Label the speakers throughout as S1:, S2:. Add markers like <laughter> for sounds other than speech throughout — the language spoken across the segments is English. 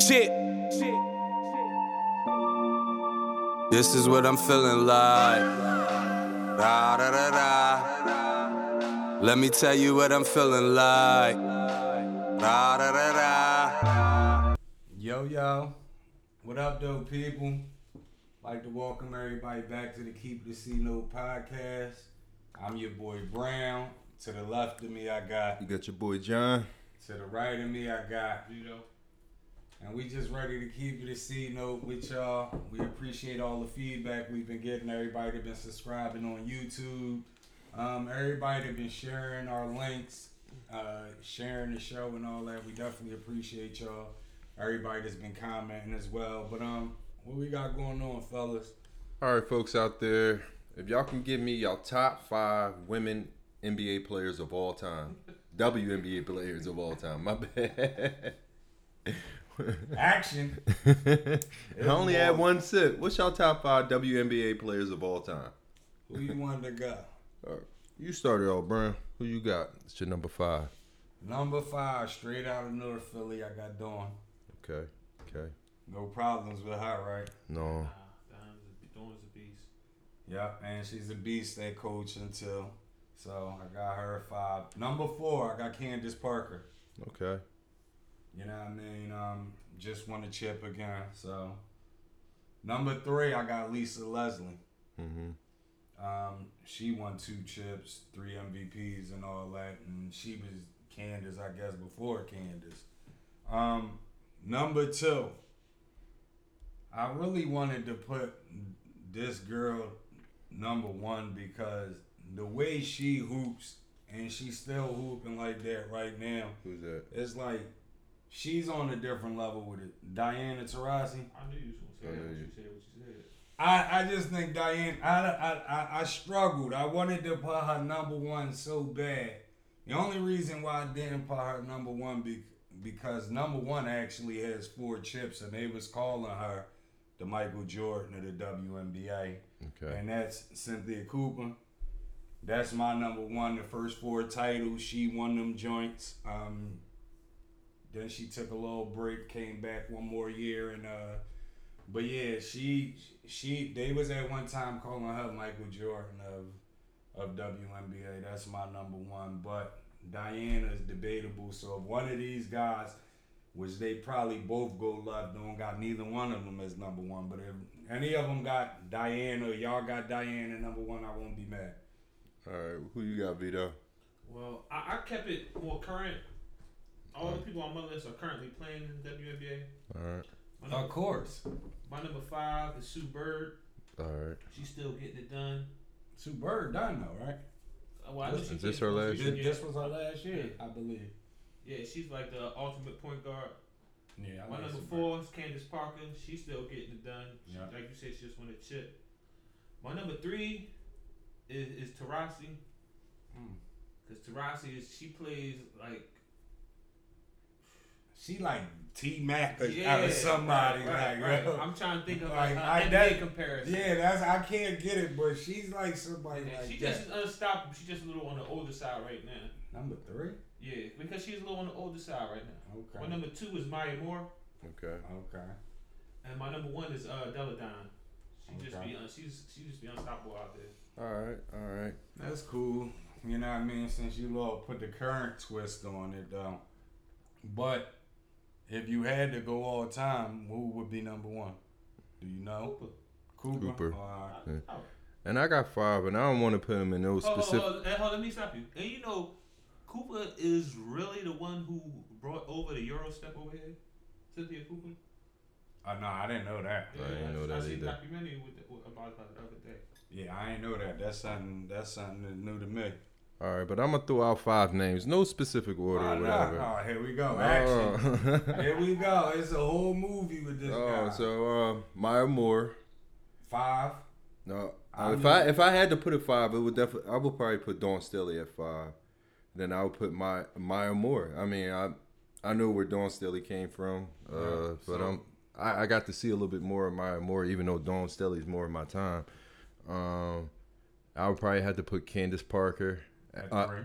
S1: Shit. This is what I'm feeling like. Da, da, da, da. Let me tell you what I'm feeling like. Da, da, da, da. Yo, yo. What up, dope people? Like to welcome everybody back to the Keep the C Note podcast. I'm your boy Brown. To the left of me, I got.
S2: You got your boy John.
S1: To the right of me, I got. You know. And we just ready to keep it a C note with y'all. We appreciate all the feedback we've been getting. Everybody that been subscribing on YouTube. Um, everybody that been sharing our links, uh, sharing the show and all that. We definitely appreciate y'all. Everybody that's been commenting as well. But um, what we got going on, fellas?
S2: All right, folks out there, if y'all can give me y'all top five women NBA players of all time, <laughs> WNBA players of all time. My bad. <laughs>
S1: Action.
S2: I only had one sip. What's y'all top five WNBA players of all time?
S1: Who you want to go?
S2: All right. You started off, Brian. Who you got? It's your number five.
S1: Number five, straight out of North Philly, I got Dawn.
S2: Okay. Okay.
S1: No problems with her, right?
S2: No.
S3: Dawn's a beast.
S1: Yep, and she's a beast at coaching too. So I got her at five. Number four, I got Candace Parker.
S2: Okay.
S1: You know what I mean? Um, just won a chip again. So number three, I got Lisa Leslie.
S2: Mm-hmm.
S1: Um, she won two chips, three MVPs, and all that, and she was Candace, I guess, before Candace. Um, number two, I really wanted to put this girl number one because the way she hoops and she's still hooping like that right now,
S2: Who's that?
S1: it's like she's on a different level with it. Diana Taurasi.
S3: I knew you was
S2: I
S3: gonna say
S2: knew
S3: that.
S2: you-
S3: You said what you said.
S1: I, I just think Diane, I, I, I, I struggled. I wanted to put her number one so bad. The only reason why I didn't put her number one be, because number one actually has four chips, and they was calling her the Michael Jordan of the WNBA,
S2: Okay.
S1: and that's Cynthia Cooper. That's my number one. The first four titles, she won them joints. Um, then she took a little break, came back one more year, and uh, but yeah, she she they was at one time calling her Michael Jordan of of WNBA. That's my number one. But Diana is debatable. So if one of these guys, which they probably both go love, don't got neither one of them as number one. But if any of them got Diana, y'all got Diana number one, I won't be mad.
S2: All right. Who you got, Vito?
S3: Well, I, I kept it more current. All the people on my list are currently playing in the WNBA.
S2: All right.
S3: My number,
S1: course,
S3: my number five is Sue Bird.
S2: All right.
S3: She's still getting it done.
S1: Sue Bird done though, right?
S3: Uh, Well, I know
S1: Is
S3: she
S2: this
S3: played
S2: her
S3: for
S2: last
S3: two
S2: year?
S1: This,
S3: years.
S1: this was her last year, I believe.
S3: Yeah, she's like the ultimate point guard.
S1: Yeah, I
S3: My
S1: like
S3: number
S1: Sue Bird.
S3: four is Candace Parker. She's still getting it done. She-
S1: Yeah.
S3: Like you said, she just won a chip. My number three is, is Tarasi.
S1: Mm.
S3: Because Tarasi is, she plays like
S1: She like T Mac or
S3: Yeah,
S1: out of somebody.
S3: right,
S1: like,
S3: right, right. I'm trying to think of
S1: Like,
S3: like,
S1: I-
S3: an
S1: that-
S3: NBA comparison.
S1: yeah, that's I can't get it, but she's like somebody
S3: Yeah,
S1: like
S3: she
S1: that.
S3: just is unstoppable. She's just a little on the older side right now.
S1: Number three.
S3: Yeah, because she's a little on the older side right now.
S1: Okay.
S3: My number two is Maya Moore,
S2: Okay.
S1: okay.
S3: and my number one is uh, Deladon. She just
S1: Okay.
S3: be un- she's she just be unstoppable out there.
S2: All right. All right.
S1: That's cool. You know what I mean? Since you all put the current twist on it though. But if you had to go all time, who would be number one? Do you know?
S3: Cooper.
S1: Cooper. Uh,
S2: Cooper.
S1: Alright.
S2: Yeah. And I got five, and I don't want to put them in those
S3: Oh,
S2: specific.
S3: oh, oh, let me stop you. And you know, Cooper is really the one who brought over the Euro step over here. Cynthia Cooper.
S1: oh no, I didn't know that.
S2: I didn't know
S3: I
S2: that
S3: seen
S2: either.
S3: a documentary with the, about her the other day.
S1: Yeah, I ain't know that. That's something that's something that's new to me.
S2: All right, but I'm gonna throw out five names, no specific order
S1: oh,
S2: or
S1: no.
S2: whatever.
S1: Oh, here we go. Action.
S2: <laughs> Oh,
S1: Here we go. It's a whole movie with this
S2: oh
S1: guy.
S2: so uh, Maya Moore.
S1: Five.
S2: No, uh,
S1: I
S2: if
S1: mean-
S2: I if I had to put a five, it would definitely I would probably put Dawn Staley at five. Then I would put my Maya Moore. I mean, I I know where Dawn Staley came from, uh,
S1: Yeah,
S2: but
S1: so-
S2: I'm I, I got to see a little bit more of Maya Moore, even though Dawn Staley's more of my time. Um, I would probably have to put Candace Parker.
S1: At
S2: Uh,
S1: three.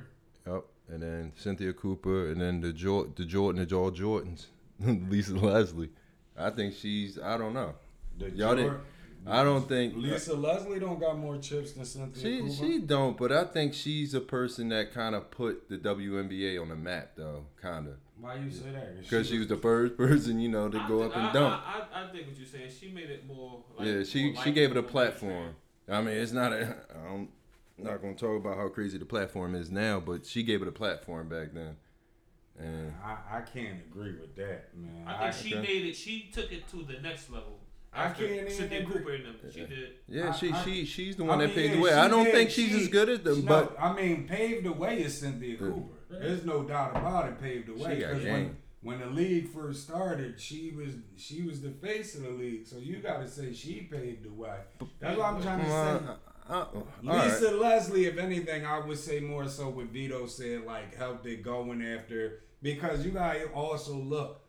S2: Yep, and then Cynthia Cooper, and then the Jor- the Jordan, the Jor Jordans, <laughs> Lisa Leslie. I think she's. I don't know.
S1: The
S2: Y'all didn't-
S1: Jor-
S2: I don't think
S1: Lisa Leslie don't got more chips than Cynthia
S2: She
S1: Cooper.
S2: she don't, but I think she's a person that kind of put the WNBA on the map though, kind of,
S1: Why you say that?
S2: because she was the first <laughs> person you know to
S3: I
S2: go
S3: think-
S2: up and
S3: I-
S2: dunk.
S3: I, I, I think what you're saying. She made it more. Like,
S2: Yeah, she
S3: more
S2: she gave it a
S3: likable than you're
S2: platform.
S3: saying.
S2: I mean, it's not a. <laughs> I'm not gonna talk about how crazy the platform is now, but she gave it a platform back then, and
S1: I, I can't agree with that, man.
S3: I think she
S2: okay.
S3: made it. She took it to the next level.
S1: I
S3: After
S1: can't even
S3: Cynthia
S1: agree.
S3: Cooper and them, she did.
S2: yeah,
S1: I-
S2: she
S1: I-
S2: she she's the
S1: I
S2: one that
S1: mean,
S2: paved the
S1: yeah,
S2: way.
S1: she
S2: I don't
S1: did.
S2: think she's
S1: She-
S2: as good as them,
S1: no,
S2: but
S1: I mean, paved the way is Cynthia Cooper. There's no doubt about it. Paved the
S2: She
S1: way
S2: got
S1: 'cause when,
S2: game.
S1: when the league first started, she was she was the face of the league. So you got to say she paved the way. That's what I'm trying to say.
S2: uh, uh, uh, all right.
S1: Lisa Leslie, if anything, I would say more so what Vito said, like helped it going after because you gotta also look.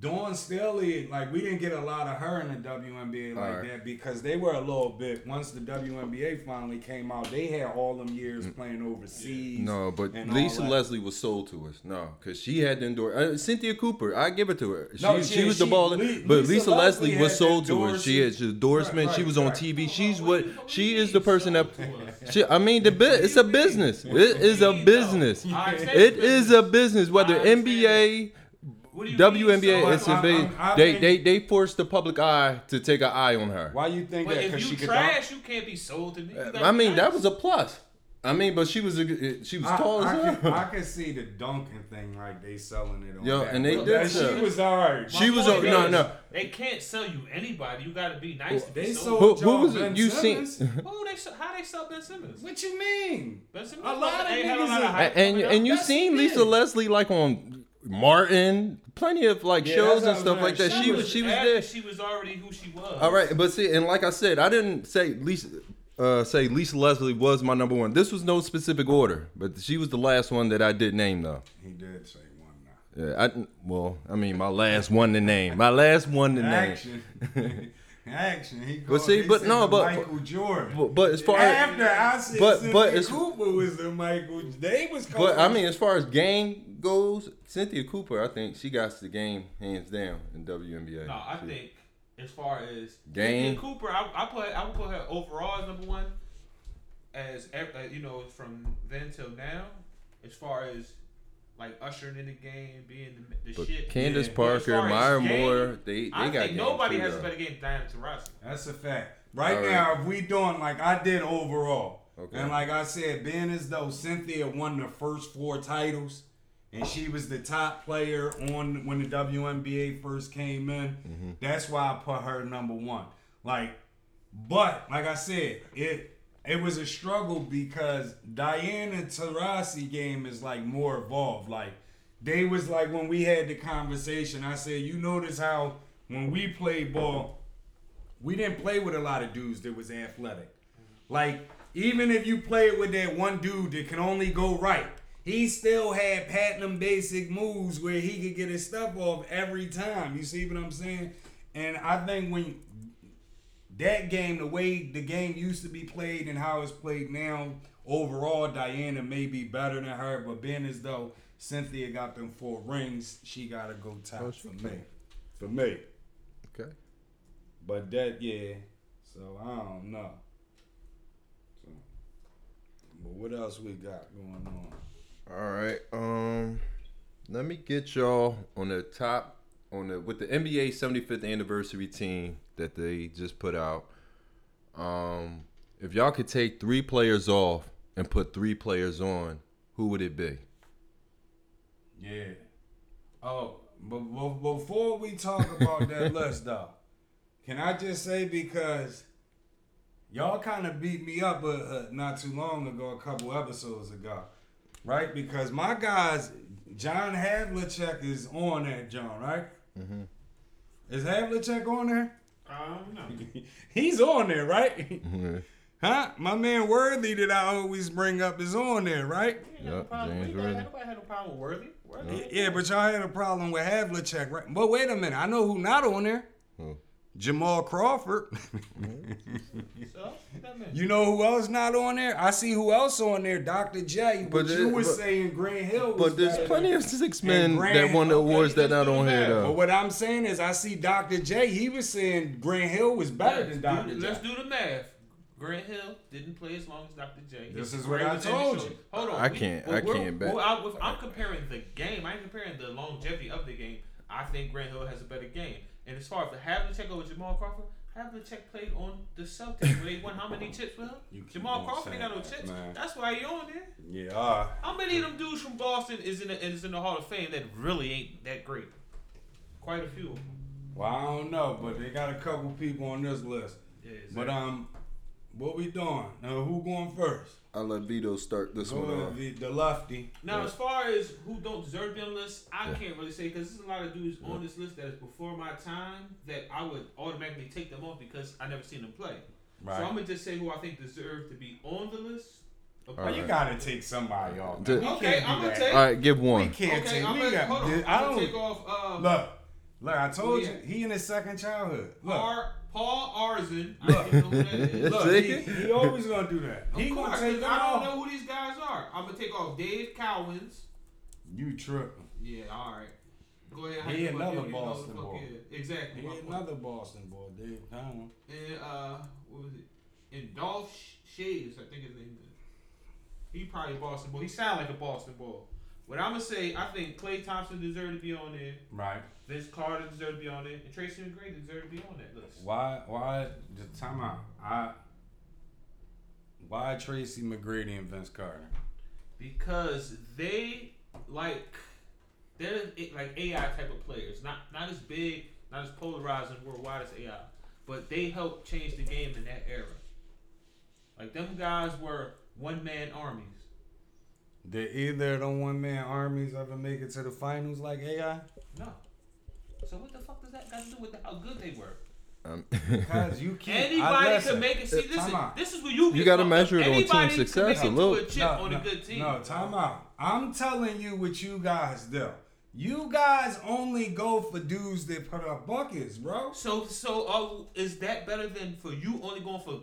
S1: Dawn Staley, like we didn't get a lot of her in the WNBA like
S2: Alright.
S1: that because they were a little bit. Once the WNBA finally came out, they had all them years playing overseas.
S2: Mm. No, but
S1: and all
S2: Lisa
S1: that.
S2: Leslie was sold to us. No, because she had the endorse. Uh, Cynthia Cooper, I give it to her. She,
S1: No,
S2: she,
S1: she-
S2: was the
S1: she-
S2: ball.
S1: Le-
S2: but
S1: Lisa
S2: Lisa Leslie,
S1: Leslie
S2: was
S1: had
S2: sold
S1: that
S2: to her.
S1: door-
S2: She had she was endorsement.
S1: Right,
S2: she was
S1: right,
S2: on
S1: right.
S2: TV.
S3: Hold
S2: She's
S3: on,
S2: what
S3: what do you-
S2: she
S3: what do
S2: is
S3: you
S2: the
S3: mean
S2: person that.
S3: sold to
S2: <laughs>
S3: us?
S2: She, I mean, the bu- it's a business. It is a business.
S3: All right, say
S2: It is a business. Whether
S3: I understand
S2: NBA,
S3: What do you mean,
S2: WNBA,
S3: so
S2: it's
S1: I-
S2: a
S1: I-
S2: big.
S1: I
S2: They
S1: think-
S2: they they forced the public eye to take an eye on her.
S1: Why you think
S3: But
S1: that? Because
S3: if
S1: she
S3: you
S1: could.
S3: trash, you can't be sold to me. You gotta
S2: Uh, I mean,
S3: be
S2: that
S3: nice.
S2: was a plus. I mean, but she was a, eh, she was
S1: I,
S2: tall as
S1: I,
S2: hell. <laughs>
S1: can, I can see the dunking thing, like they selling it on.
S2: Yo,
S1: that,
S2: and they
S1: but
S2: did
S1: that
S2: sell
S1: She
S2: it.
S1: was alright.
S2: She
S3: My
S2: was
S3: point
S2: on- no,
S3: is,
S2: no.
S3: They can't sell you anybody. You gotta be nice. to be
S1: They
S3: sold.
S1: sold
S2: Who- who
S1: y'all
S2: was it?
S1: Ben
S2: You seen-
S1: Simmons?
S3: Who they? sell- How they sell Ben Simmons?
S1: What you mean?
S3: Ben Simmons
S1: A lot of
S3: ain't had
S1: niggas
S3: lot of
S1: is-
S2: and
S3: hype coming
S2: and
S3: out.
S2: you
S1: Yes,
S2: seen
S1: it
S2: Lisa
S1: is.
S2: Leslie like on Martin, plenty of like
S1: Yeah,
S2: shows and
S1: that's what
S2: stuff
S1: I'm
S2: like that.
S1: saying.
S2: She was she was
S3: after
S2: there.
S3: She was already who she was.
S2: All right, but see, and like I said, I didn't say Lisa. Uh, say Lisa Leslie was my number one. This was no specific order, but she was the last one that I did name though.
S1: He did say one now.
S2: Yeah, I well, I mean my last one to name, my last one to name.
S1: Action. <laughs> Action. He
S2: But
S1: called-
S2: see,
S1: he
S2: but
S1: said
S2: no,
S1: the
S2: but-
S1: Michael Jordan.
S2: But, but as far as
S1: After I said
S2: but-
S1: Cynthia
S2: but it's-
S1: Cooper was the Michael, they was calling.
S2: But I mean, as far as game goes, Cynthia Cooper, I think she got the game hands down in WNBA.
S3: No, I
S2: She-
S3: think as far as
S2: Game.
S3: Cynthia Cooper, I, I put I would put her overall as number one. As ev- uh, you know, from then till now, as far as like ushering in the game, being the, the
S2: But
S3: shit.
S2: Candace
S1: Yeah.
S3: But
S2: Parker,
S3: as far as
S2: Myra
S3: game,
S2: Moore, they they
S3: I
S2: got
S3: think
S2: game
S3: nobody
S2: too,
S3: has
S2: though.
S3: a better game than Diana Taurasi.
S1: That's a fact. Right
S2: All right.
S1: now, if we doing like I did overall,
S2: Okay.
S1: and like I said, being as though Cynthia won the first four titles, and she was the top player on when the WNBA first came in.
S2: Mm-hmm.
S1: That's why I put her number one. Like, but like I said, it it was a struggle because Diana Taurasi game is like more evolved. Like they was like when we had the conversation, I said, you notice how when we played ball we didn't play with a lot of dudes that was athletic. Like, even if you played with that one dude that can only go right, he still had platinum basic moves where he could get his stuff off every time. You see what I'm saying? And I think when that game, the way the game used to be played and how it's played now, overall, Diana may be better than her, but being as though Cynthia got them four rings, she got to go top
S2: Oh, she
S1: for
S2: can.
S1: me. For me.
S2: Okay.
S1: But that, yeah. So I don't know. So, but what else we got going on?
S2: All right. Um, let me get y'all on the top on the with the NBA 75th anniversary team that they just put out. Um, if y'all could take three players off and put three players on, who would it be?
S1: Yeah. Oh, but, but before we talk about <laughs> that list, though, can I just say because y'all kind of beat me up uh, uh, not too long ago, a couple episodes ago, right? Because my guys, John Havlicek is on that, John, right? Is Havlicek on there?
S3: Um, no.
S1: <laughs> He's on there, right?
S2: Mm-hmm.
S1: <laughs> Huh? My man Worthy that I always bring up is on there, right?
S2: Yep, James Worthy.
S3: Nobody had a problem with Worthy. Worthy.
S1: Yeah, but y'all had a problem with Havlicek, right? But wait a minute, I know who not on there.
S2: Who?
S1: Jamal Crawford. <laughs>
S3: So that man.
S1: you know who else not on there? I see who else on there. Dr. J. But,
S2: But
S1: you
S2: it-
S1: were
S2: but-
S1: saying Grant Hill. Was
S2: But there's
S1: better.
S2: plenty of six men
S1: Grant,
S2: that won the
S3: okay,
S2: awards that
S3: it
S2: not
S3: doesn't
S2: on here
S3: matter.
S1: But
S2: though.
S1: what I'm saying is, I see Dr. J. He was saying Grant Hill was better
S3: Let's
S1: than
S3: do-
S1: Dr. J.
S3: Let's do the math. Grant Hill didn't play as long as Dr. J.
S1: This
S3: His
S1: is what
S3: career
S1: I
S3: was in the
S1: told
S3: short.
S1: you.
S3: Hold on.
S2: I can't- I
S3: we're-
S2: can't bet.
S3: we're out with- I'm comparing the game. I'm comparing the longevity of the game. I think Grant Hill has a better game. And as far as the Havlicek over Jamal Crawford, Havlicek played on the Celtics where they won how many chips with him?
S1: <laughs> You keep
S3: Jamal
S1: on
S3: Crawford ain't got no
S1: saying
S3: chips.
S1: that, man.
S3: That's why he on there.
S1: Yeah. Uh,
S3: How many of them dudes from Boston is in the, is in the Hall of Fame that really ain't that great? Quite a few. of 'em.
S1: well, I don't know, but they got a couple people on this list.
S3: Yeah,
S1: But um, what we doing? Now, who going first?
S2: I'll let Vito start this
S1: Who is the, the lefty?
S3: Now,
S2: Yeah.
S3: as far as who don't deserve to be on the list, I
S2: Yeah.
S3: can't really say because there's a lot of dudes on this list that is before my time that I would automatically take them off because I never seen them play. So I'm gonna just say who I think deserve to be on the list. Of
S1: Well,
S2: All
S3: players.
S1: you
S2: right.
S1: gotta take somebody off.
S2: The-
S1: We can't
S3: Okay,
S1: do
S3: I'ma
S1: that.
S3: take-
S2: All right, give
S1: We
S2: one.
S1: can't
S3: okay,
S1: take.
S3: I'm
S1: we
S3: gonna,
S1: got,
S3: hold on.
S1: did-
S3: I'm
S1: I
S3: gonna take
S1: don't
S3: off um,
S1: look. Look, I told you
S3: yeah.
S1: he in his second childhood. Look,
S3: Par- Paul Arzen. I don't
S1: <laughs>
S3: know who that is.
S2: Look,
S1: look, he, he always gonna do that.
S3: Of
S1: He
S3: course,
S1: gonna take
S3: 'cause
S1: them
S3: I don't
S1: off.
S3: know who these guys are. I'm gonna take off Dave Cowens.
S1: You tripping?
S3: Yeah, all right. Go ahead.
S1: He
S3: hype him up.
S1: another
S3: You know who the
S1: Boston
S3: fuck
S1: boy.
S3: is. Exactly.
S1: He
S3: my point.
S1: another Boston boy, Dave Conlon.
S3: and uh, what was it? And Dolph Sh- Shaves, I think his name is. He probably a Boston boy. He sound like a Boston boy. But I'm gonna say I think Clay Thompson deserved to be on there.
S1: Right.
S3: Vince Carter deserved to be on there, and Tracy McGrady deserved to be on that list.
S1: Why? Why? Just time out. I. Why Tracy McGrady and Vince Carter?
S3: Because they like they're a- like AI type of players, not not as big, not as polarizing worldwide as AI, but they helped change the game in that era. Like them guys were one man armies.
S1: Did either of the one man armies ever make it to the finals like AI?
S3: No. So what the fuck does that got to do with how good they were?
S2: Um, <laughs>
S1: Because
S3: <laughs>
S1: you keep. I
S3: Anybody
S1: listen.
S3: can make it. See, listen,
S1: Time out.
S3: this is where you get
S2: You gotta
S3: fucked
S2: measure
S3: up.
S2: it on team
S3: Anybody can make
S2: success
S3: it
S2: a
S3: to
S2: little.
S3: chip on a good team.
S1: No, time out. I'm telling you what you guys do. You guys only go for dudes that put up buckets, bro.
S3: So, so uh, is that better than for you only going for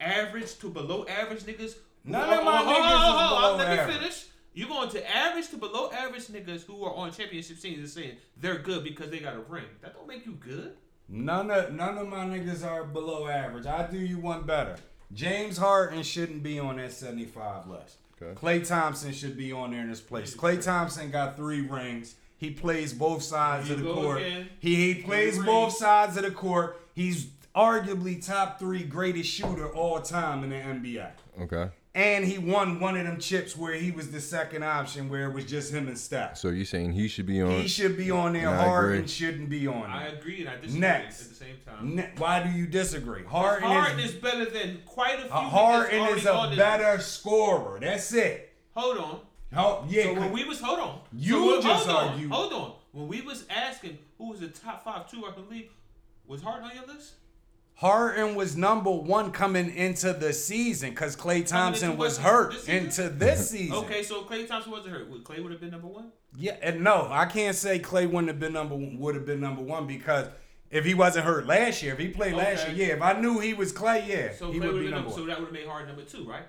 S3: average to below average niggas? who
S1: None
S3: are
S1: of my
S3: on-
S1: niggas is below
S3: let me
S1: average.
S3: finish. You're going to average to below average niggas who are on championship teams and saying they're good because they got a ring. That don't make you good.
S1: None of none of my niggas are below average. I do you one better. James Harden shouldn't be on that 75 list.
S2: Okay.
S1: Clay Thompson should be on there in his place. Clay Thompson got three rings. He plays both sides
S3: Here
S1: of
S3: you
S1: the
S3: go
S1: court.
S3: again.
S1: He, he plays
S3: rings.
S1: both sides of the court. He's arguably top three greatest shooter all time in the NBA.
S2: okay.
S1: And he won one of them chips where he was the second option, where it was just him and Steph.
S2: So you saying he should be on?
S1: He should be on there.
S2: Yeah, I
S1: Harden
S2: agree.
S1: shouldn't be on
S3: I
S1: there.
S3: agree and I disagree
S1: Mm. Next.
S3: at the same time.
S1: Ne- Why do you disagree?
S3: Harden,
S1: Harden,
S3: is,
S1: is,
S3: better than quite a few.
S1: uh,
S3: niggas
S1: Harden
S3: already
S1: is
S3: on
S1: a
S3: this-
S1: better scorer. That's it.
S3: Hold on.
S1: Oh, yeah,
S3: So when
S1: cl-
S3: we was hold on.
S1: You
S3: so when-
S1: just
S3: hold
S1: argued.
S3: On, hold on. When we was asking who was the top five two, I believe, was Harden on your list?
S1: Harden was number one coming into the season because Clay Thompson
S3: into
S1: was
S3: what?
S1: hurt
S3: This season?
S1: into this season.
S3: Okay, so Clay Thompson wasn't hurt. Would Clay would have been number one?
S1: Yeah, and no, I can't say Clay wouldn't have been number one, would have been number one because if he wasn't hurt last year, if he played last
S3: Okay.
S1: year, yeah. If I knew he was Clay, yeah,
S3: So
S1: he
S3: Clay
S1: would be number
S3: been number, so
S1: one.
S3: that would have made Harden number two, right?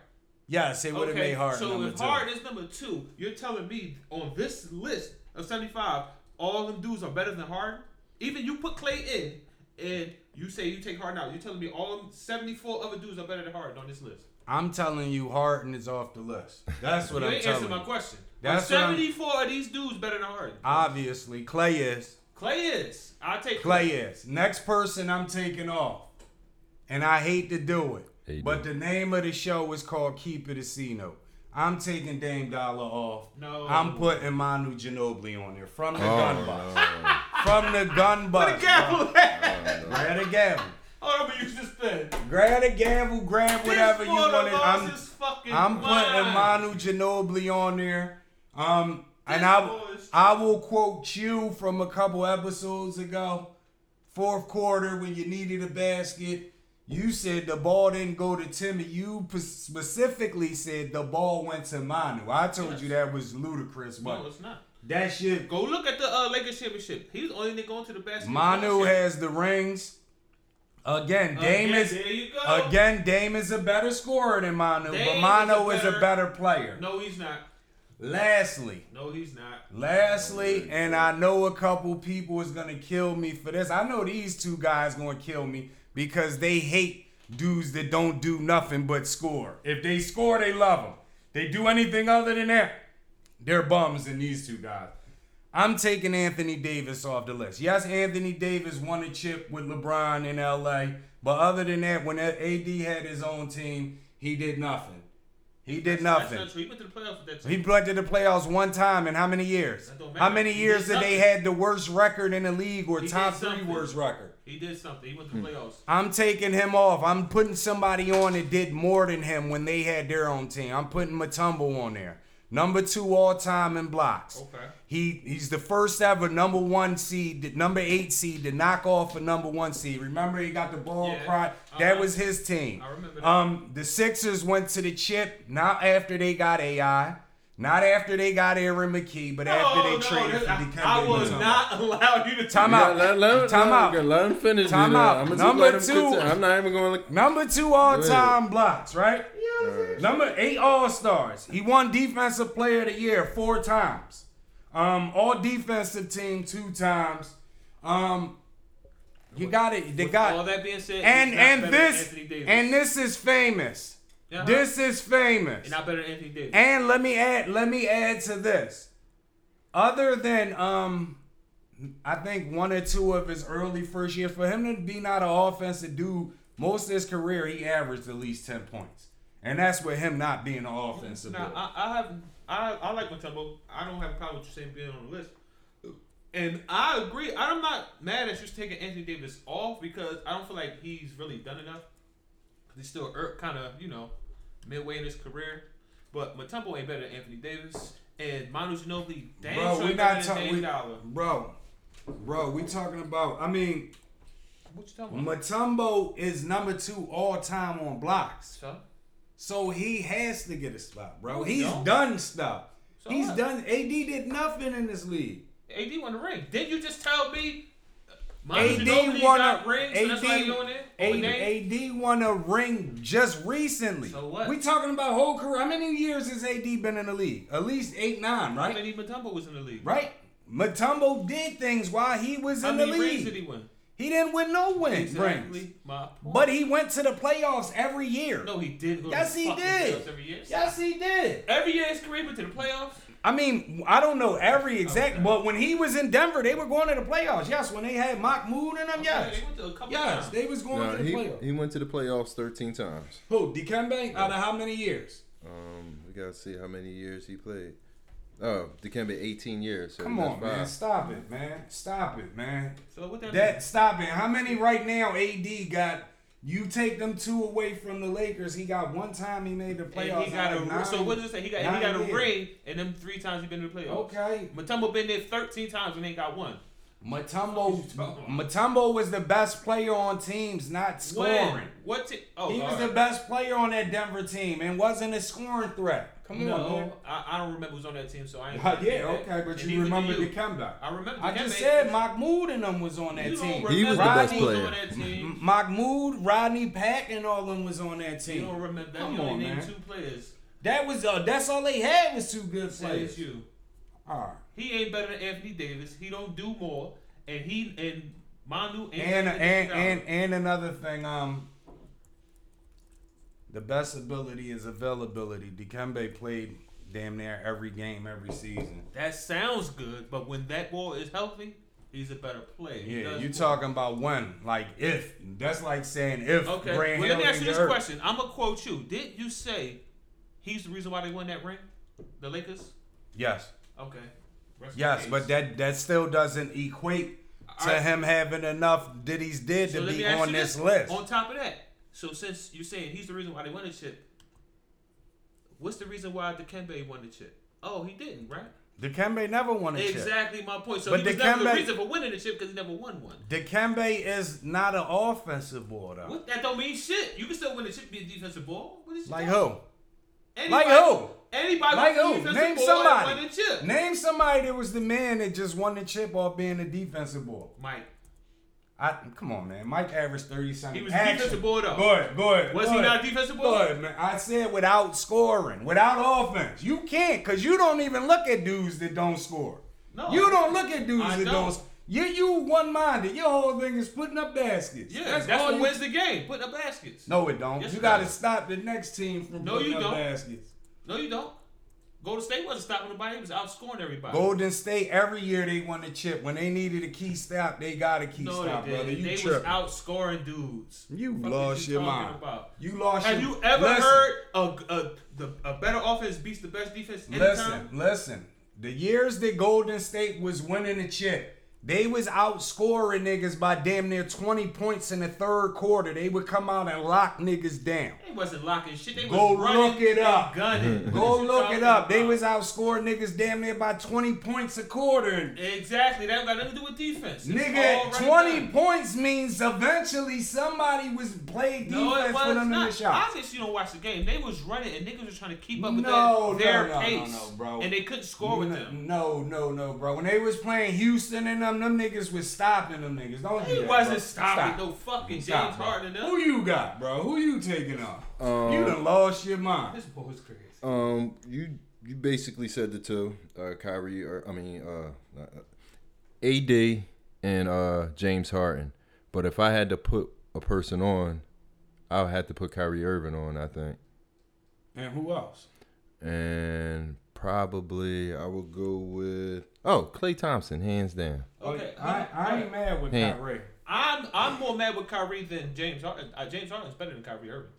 S1: Yes, it would have made Harden
S3: so
S1: number
S3: if
S1: two.
S3: Harden is number two, you're telling me on this list of 75, all them dudes are better than Harden? Even you put Clay in and you say you take Harden out. You're telling me all them 74 other dudes are better than Harden on this list.
S1: I'm telling you, Harden is off the list. That's what
S3: you
S1: I'm
S3: ain't answering
S1: telling
S3: my
S1: you.
S3: question.
S1: That's
S3: Are
S1: what I'm-
S3: 74 of these dudes better than Harden.
S1: Obviously, Clay is.
S3: Clay is. I take
S1: Clay is. Next person I'm taking off. And I hate to do it.
S2: Hey,
S1: but
S2: dude.
S1: the name of the show is called Keep It a C-Note. I'm taking Dame Dollar off.
S3: No.
S1: I'm putting Manu Ginobili on there. From the
S2: Oh,
S1: gun
S2: no.
S1: box. From the gun
S3: Put a
S1: box. bro.
S3: gavel at.
S1: Grab a gavel.
S3: Hold on, but you just spin.
S1: Grab a gavel. Grab whatever you want to. I'm,
S3: fucking
S1: I'm putting
S3: mind.
S1: Manu Ginobili on there. Um, and
S3: This
S1: I,
S3: boy is-
S1: I will quote you from a couple episodes ago. Fourth quarter, when you needed a basket, you said the ball didn't go to Timmy. You p- specifically said the ball went to Manu. I told you that was ludicrous, but
S3: No, it's not.
S1: that shit.
S3: Go look at the uh, Lakers championship. He's the only nigga going to the basket.
S1: Manu
S3: Shit.
S1: has the rings. Again, Dame
S3: Again,
S1: is
S3: Uh, there you go.
S1: again Dame is a better scorer than Manu, but
S3: Dame
S1: Manu
S3: is
S1: is
S3: a
S1: a better player.
S3: No, he's not.
S1: Lastly,
S3: No, he's not.
S1: lastly, and I know a couple people is gonna kill me for this. I know these two guys gonna kill me because they hate dudes that don't do nothing but score. If they score, they love them. They do anything other than that, they're bums. And these two guys, I'm taking Anthony Davis off the list. Yes, Anthony Davis won a chip with LeBron in LA, but other than that, when AD had his own team, he did nothing. He did
S3: That's
S1: nothing.
S3: not true. He went to the playoffs with that team.
S1: He went to the playoffs one time in how many years?
S3: That don't matter.
S1: How many
S3: He
S1: years
S3: did
S1: did they
S3: something.
S1: had the worst record in the league or
S3: He did
S1: top three
S3: something.
S1: worst record?
S3: He did something. He went to the playoffs.
S1: I'm taking him off. I'm putting somebody on that did more than him when they had their own team. I'm putting Matumbo on there. Number two all time in blocks.
S3: Okay.
S1: He he's the first ever number one seed, number eight seed to knock off a number one seed. Remember he got the ball
S3: Yeah.
S1: cried. That
S3: Uh-huh.
S1: was his team.
S3: I remember that.
S1: Um, the Sixers went to the chip not after they got AI, not after they got Aaron McKee, but after they traded for
S3: I,
S1: Dikembe
S3: Oh, I will
S1: Mutombo.
S3: not <laughs> allow you to
S1: Time
S2: Yeah,
S1: out.
S2: Let, let,
S1: Time
S2: let,
S1: out.
S2: Let, him finish.
S1: Time
S2: you know.
S1: out.
S2: I'm gonna
S1: Number
S2: just let him
S1: two.
S2: continue. I'm not even going to.
S1: Number two all
S2: Go
S1: time blocks, right? Number eight All Stars. He won Defensive Player of the Year four times. Um, all Defensive Team two times. Um, you got it. They
S3: With all
S1: got
S3: that being said,
S1: and
S3: he's not
S1: and
S3: better than
S1: this
S3: Anthony Davis.
S1: and this is famous.
S3: Yeah,
S1: This is famous.
S3: and not better than Anthony Davis.
S1: And let me add, let me add to this. Other than um, I think one or two of his early first year, for him to be not an offensive dude, most of his career he averaged at least ten points, and that's with him not being an offensive
S3: Now,
S1: dude.
S3: I, I have I, I like Matumbo. I don't have a problem with you saying being on the list. And I agree. I'm not mad at you taking Anthony Davis off because I don't feel like he's really done enough. 'Cause He's still kind of you know midway in his career, but Matumbo ain't better than Anthony Davis. And Manu Ginobili, damn,
S1: Bro,
S3: sure
S1: we
S3: ain't
S1: not
S3: better than
S1: talk-
S3: Dame
S1: we-
S3: Dollar.
S1: bro, bro, we talking about. I mean,
S3: What you talking about?
S1: Matumbo is number two all time on blocks,
S3: So,
S1: so he has to get a spot, bro.
S3: No, he
S1: He's
S3: don't.
S1: done stuff.
S3: So
S1: He's
S3: what?
S1: done. AD did nothing in this league.
S3: AD won the ring. Didn't you just tell me? Manu
S1: AD
S3: Ginobili
S1: won
S3: got
S1: a
S3: rings, so that's why he on there. Over
S1: AD,
S3: Dame?
S1: AD won a ring just recently.
S3: So what?
S1: We talking about whole career. How many years has AD been in the league? At least eight, nine,
S3: How
S1: right?
S3: many Matumbo was in the league?
S1: Right. Matumbo did things while he was
S3: How
S1: in the
S3: many rings did
S1: league.
S3: he win?
S1: He didn't win no win rings,
S3: Exactly my point.
S1: but he went to the playoffs every year.
S3: no, he did. Go
S1: Yes,
S3: to the
S1: he
S3: fucking
S1: did.
S3: playoffs Every year.
S1: Yes, he did.
S3: Every year his career, but to the playoffs.
S1: I mean, I don't know every exact,
S3: Okay.
S1: but when he was in Denver, they were going to the playoffs. Yes, when they had Mahmoud in them,
S3: Yeah,
S1: yes,
S3: they went to a couple
S1: yes,
S3: times.
S1: they was going
S2: No,
S1: to the
S2: he,
S1: playoffs.
S2: he went to the playoffs 13 times.
S1: Who? Dikembe? Out of how many years?
S2: Um, we gotta see how many years he played. Oh, Dikembe 18 years. So
S1: Come
S2: that's
S1: on, man.
S2: five.
S1: Stop it, man. Stop it, man.
S3: So what that?
S1: That
S3: means?
S1: stop it. How many right now AD got? You take them two away from the Lakers. He got one time he made the
S3: And
S1: playoffs.
S3: he got a
S1: like nine-
S3: so what does it say? He got he
S1: nine
S3: got a
S1: years.
S3: ring, and them three times he been in the playoffs.
S1: Okay.
S3: Matumbo been there thirteen times and ain't got one.
S1: Matumbo
S3: What you talking about?
S1: Matumbo was the best player on teams not
S3: When?
S1: scoring.
S3: What's it? Oh,
S1: He was
S3: alright.
S1: the best player on that Denver team and wasn't a scoring threat. Come on, man.
S3: No, I, I don't remember who's on that team, so I ain't.
S1: Uh, yeah,
S3: that.
S1: okay, but
S3: And
S1: you
S3: neither do
S1: remember
S3: you.
S1: Dikembe.
S3: I remember.
S1: I
S3: Dikembe.
S1: just said Mahmoud and them was on that
S3: You don't
S1: team.
S3: remember
S2: He was the
S3: who
S2: best
S3: was
S2: player.
S3: on that team.
S1: Mahmoud, Rodney Pack, and all them was on that
S3: You don't
S1: team.
S3: remember that.
S1: Come
S3: you only
S1: on,
S3: named
S1: man.
S3: two players.
S1: That was uh, that's all they had was two good
S3: Says
S1: players.
S3: you.
S1: All right.
S3: He ain't better than Anthony Davis. He don't do more, and he and Manu ain't
S1: And
S3: better than
S1: and,
S3: Iguodala.
S1: and and another thing, um, the best ability is availability. Dikembe played damn near every game every season.
S3: that sounds good, but when that ball is healthy, he's a better player. He
S1: Yeah,
S3: does
S1: you
S3: more.
S1: talking about when, like if. That's like saying if.
S3: Okay,
S1: Grant
S3: well, let me
S1: Hill
S3: ask you
S1: ain't
S3: this
S1: hurt.
S3: question. I'm gonna quote you. Did you say he's the reason why they won that ring, the Lakers?
S1: Yes.
S3: Okay. Rest in
S1: Yes,
S3: peace.
S1: but that that still doesn't equate to
S3: Alright.
S1: him having enough that he's did
S3: So
S1: to
S3: let
S1: be
S3: me ask
S1: on
S3: you
S1: this, list.
S3: On top of that, so since you're saying he's the reason why they won the chip, what's the reason why Dikembe won the chip? Oh, he didn't, right?
S1: Dikembe never won a chip.
S3: Exactly my point. So
S1: But
S3: he was never the
S1: Dikembe-
S3: reason for winning the chip because he never won one.
S1: Dikembe is not an offensive ball though.
S3: What? That don't mean shit. You can still win the chip be a defensive ball. What is
S1: Like who?
S3: Anybody,
S1: like who?
S3: Anybody
S1: Like
S3: with a
S1: who?
S3: defensive
S1: Name
S3: ball
S1: somebody.
S3: and won the chip.
S1: Name somebody that was the man that just won the chip off being a defensive ball.
S3: Mike.
S1: I come on, man. Mike averaged thirty something.
S3: He was a
S1: Action.
S3: defensive boy, though.
S1: Go ahead, go ahead.
S3: Was
S1: go
S3: he
S1: ahead.
S3: not defensive boy?
S1: Go ahead, man. I said without scoring, without offense, you can't because you don't even look at dudes that don't score.
S3: No.
S1: you don't look at dudes
S3: I
S1: that
S3: don't.
S1: don't. sc- You you one minded. Your whole thing is putting up baskets.
S3: Yeah, that's,
S1: all
S3: what
S1: you-
S3: wins the game. Putting up baskets. No,
S1: No, it don't.
S3: Yes,
S1: you
S3: it
S1: got to
S3: does.
S1: stop the next team from
S3: No,
S1: putting
S3: you
S1: up
S3: don't.
S1: baskets.
S3: you don't. Golden State wasn't stopping nobody. He was outscoring everybody.
S1: Golden State every year they won the chip. When they needed a key stop, they got a key
S3: no,
S1: stop,
S3: they did.
S1: brother. You
S3: they
S1: tripping.
S3: was outscoring dudes.
S1: You
S3: Fuck is
S1: lost
S3: you
S1: your
S3: talking
S1: mind.
S3: about?
S1: You lost.
S3: Have
S1: your-
S3: you ever
S1: Listen.
S3: heard a, a, the, a better offense beats the best defense anytime?
S1: Listen, listen. The years that Golden State was winning the chip, they was outscoring niggas by damn near 20 points in the third quarter. They would come out and lock niggas down.
S3: They wasn't locking shit. They
S1: Go
S3: was running
S1: look it
S3: and
S1: up. <laughs>
S3: Gunning.
S1: Go
S3: What you
S1: look it
S3: talking
S1: up. They
S3: about?
S1: was outscoring niggas damn near by 20 points a quarter. And
S3: exactly that got nothing to do with defense. It's all
S1: nigga,
S3: running
S1: 20
S3: gun.
S1: points means eventually somebody was playing defense
S3: No, it
S1: for
S3: was
S1: them in
S3: not.
S1: the shot.
S3: Obviously, you don't watch the game. They was running and niggas was trying to keep up with
S1: No,
S3: that, their
S1: no, no, no,
S3: pace,
S1: no, bro.
S3: and they couldn't score with
S1: no,
S3: them.
S1: No, no, no, bro. When they was playing Houston and them, them niggas was stopping them niggas. Don't do
S3: He
S1: that, bro.
S3: wasn't stopping
S1: Stop.
S3: no fucking
S1: Stop,
S3: James
S1: bro.
S3: Harden and
S1: Who
S3: them.
S1: you got, bro? Who you taking on?
S2: Um,
S1: you done lost your mind.
S3: This boy was
S1: Oh,
S3: crazy.
S2: Um, you you basically said the two, uh, Kyrie or I mean, uh, not- AD and uh James Harden. But if I had to put a person on, I would have to put Kyrie Irving on. I think,
S1: And who else?
S2: and probably I would go with oh Clay Thompson, hands down.
S3: Okay,
S1: I, I ain't mad with
S2: Yeah.
S1: Kyrie.
S3: I'm I'm more mad with Kyrie than James Harden. Uh, James Harden's better than Kyrie Irving.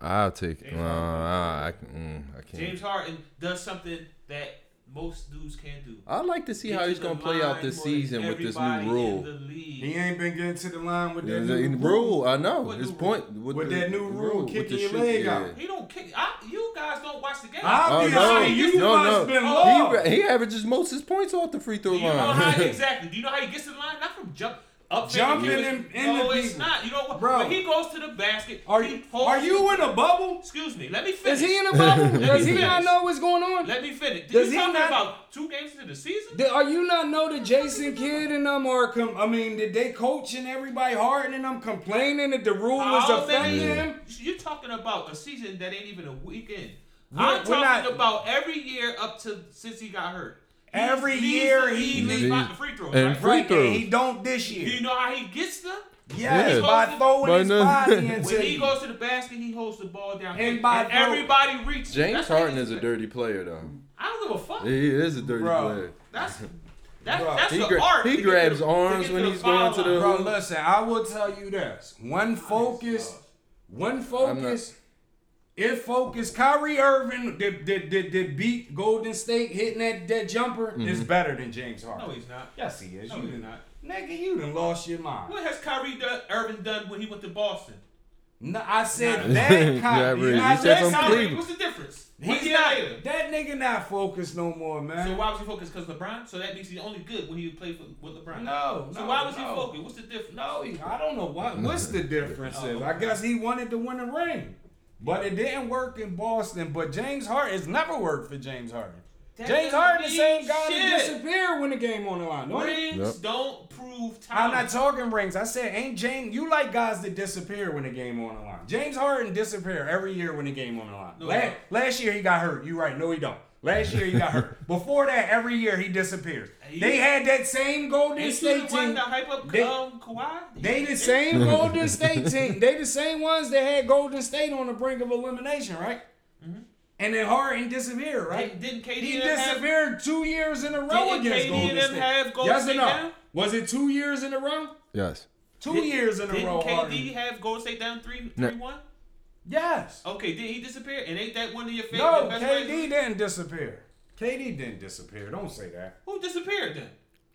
S2: I'll take.
S3: James
S2: uh, I, I, can- mm, I can't.
S3: James Harden does something that most dudes can't do.
S2: I'd like to see how he's gonna play out this season with this new rule.
S1: He ain't been getting to the line with that
S2: There's a
S1: new
S2: rule, I know.
S3: What
S2: His
S3: new
S2: point with,
S1: With
S2: the-
S1: that new
S2: the
S1: rule,
S2: with
S1: kicking
S2: the
S1: your
S2: shoot,
S1: leg
S2: yeah.
S1: out.
S3: He don't kick. I, you guys don't watch the game.
S2: Oh,
S1: Obviously,
S2: no,
S1: you
S2: no,
S1: must
S2: no.
S1: been
S3: He
S1: lost.
S2: He, he averages most of his points off the free throw
S3: Do you know
S2: <laughs>
S3: how
S2: line.
S3: exactly? Do you know how he gets to the line? Not from jump up.
S1: Jumping
S3: fake,
S1: in-
S3: but-
S1: in
S3: no,
S1: the
S3: it's
S1: people.
S3: not. You know what,
S1: Bro.
S3: When he goes to the basket,
S1: Are,
S3: he holds-
S1: are you in a bubble?
S3: Excuse me. Let me finish.
S1: Is he in a bubble?
S3: Let me
S1: Does he
S3: finish.
S1: not know what's going on?
S3: Let me finish. Did
S1: Does
S3: you
S1: he
S3: talking
S1: not-
S3: about two games into the season?
S1: Did- Are you not know that Jason Kidd and them are? Com- I mean, did they coaching everybody hard and them complaining that the rule was
S3: How many-
S1: affecting him?
S3: You're talking about a season that ain't even a weekend.
S1: We're-
S3: I'm
S1: we're
S3: talking
S1: not-
S3: about every year up to since he got hurt. He's-
S1: Every
S3: he's-
S1: year
S3: he
S1: he-
S3: leaves out the free throws.
S2: And
S3: right?
S2: free-
S1: Right, and
S2: throws.
S1: he don't this
S3: Do you
S1: year.
S3: know how he gets them?
S1: Yes,
S2: Yeah.
S1: by throwing
S2: By
S1: his
S2: no-
S3: <laughs>
S1: body
S2: When
S1: into
S3: When he
S1: you.
S3: goes to the basket, he holds the ball down,
S1: And by throw-
S3: everybody reaches.
S2: James
S3: That's what
S2: Harden
S3: he-
S2: is a dirty player, though.
S3: I don't give a fuck.
S2: He is a dirty
S1: Bro.
S2: player.
S3: That's
S2: <laughs>
S3: that's
S1: Bro.
S3: that's
S2: He
S3: the
S2: gra-
S3: art.
S2: he
S3: to get to
S2: grabs
S3: the- to
S2: arms
S3: get to
S2: when
S3: the
S2: he's going
S3: foul
S2: to the-
S3: line.
S1: Bro, listen, I will tell you this. One focus, one focus. If focus, Kyrie Irving that that that that beat Golden State hitting that, that jumper is better than James Harden.
S3: No, he's not.
S1: Yes, he is.
S3: No,
S1: you
S3: he's
S1: done-
S3: not.
S1: Nigga, you done lost your mind.
S3: What has Kyrie done, Irving done when he went to Boston?
S1: No, I said
S3: Nah.
S1: that
S2: Yeah,
S1: Kyrie.
S2: really.
S1: I
S2: <laughs> You said
S1: said
S2: from
S1: Kyrie.
S2: Cleveland.
S3: What's the difference?
S1: He
S3: He's not
S1: not,
S3: here.
S1: that nigga not focused no more, man.
S3: So why was he focused? Because LeBron. So that means he's only good when he played for, with LeBron.
S1: No,
S3: So
S1: no,
S3: why was
S1: no.
S3: he focused? What's the difference?
S1: No, he- I don't know what. What's the difference? is? I guess he wanted to win a ring, but it didn't work in Boston. But James Harden it's never worked for James Harden.
S3: That
S1: James
S3: doesn't
S1: Harden, the
S3: mean
S1: same guy that
S3: shit.
S1: disappeared when the game on the line. Don't he?
S3: Rings
S2: Yep.
S3: don't prove
S1: I'm
S3: talent.
S1: not talking rings. I said ain't James. You like guys that disappear when the game on the line. James Harden disappear every year when the game on the line.
S3: No,
S1: La-
S3: he don't.
S1: last year he got hurt. You right? No, he don't. Last year he got
S3: <laughs>
S1: hurt. Before that, every year he disappears.
S3: He-
S1: They had that same Golden
S3: Ain't you the
S1: State
S3: one
S1: team.
S3: that hype up
S1: They-
S3: um, Kawhi?
S1: They
S3: <laughs>
S1: the same Golden State team. They the same ones that had Golden State on the brink of elimination, right?
S3: Mm-hmm.
S1: And then Harden disappeared, right?
S3: Didn't, didn't KD
S1: he
S3: and them have
S1: disappeared two years in a row
S3: Didn't
S1: against
S3: KD
S1: Golden
S3: and them
S1: State.
S3: have Golden
S1: yes
S3: State
S1: or no?
S3: down?
S1: Was it two years in a row?
S2: Yes.
S1: 2
S3: Didn't-
S1: years in a
S3: Didn't
S1: row,
S3: KD
S1: Harden.
S3: have Golden State down 3
S2: No.
S3: 3 1?
S1: Yes.
S3: Okay, did he disappear? And ain't that one of your favorite
S1: No,
S3: best
S1: KD
S3: players?
S1: didn't disappear. KD didn't disappear. Don't say that.
S3: Who disappeared then?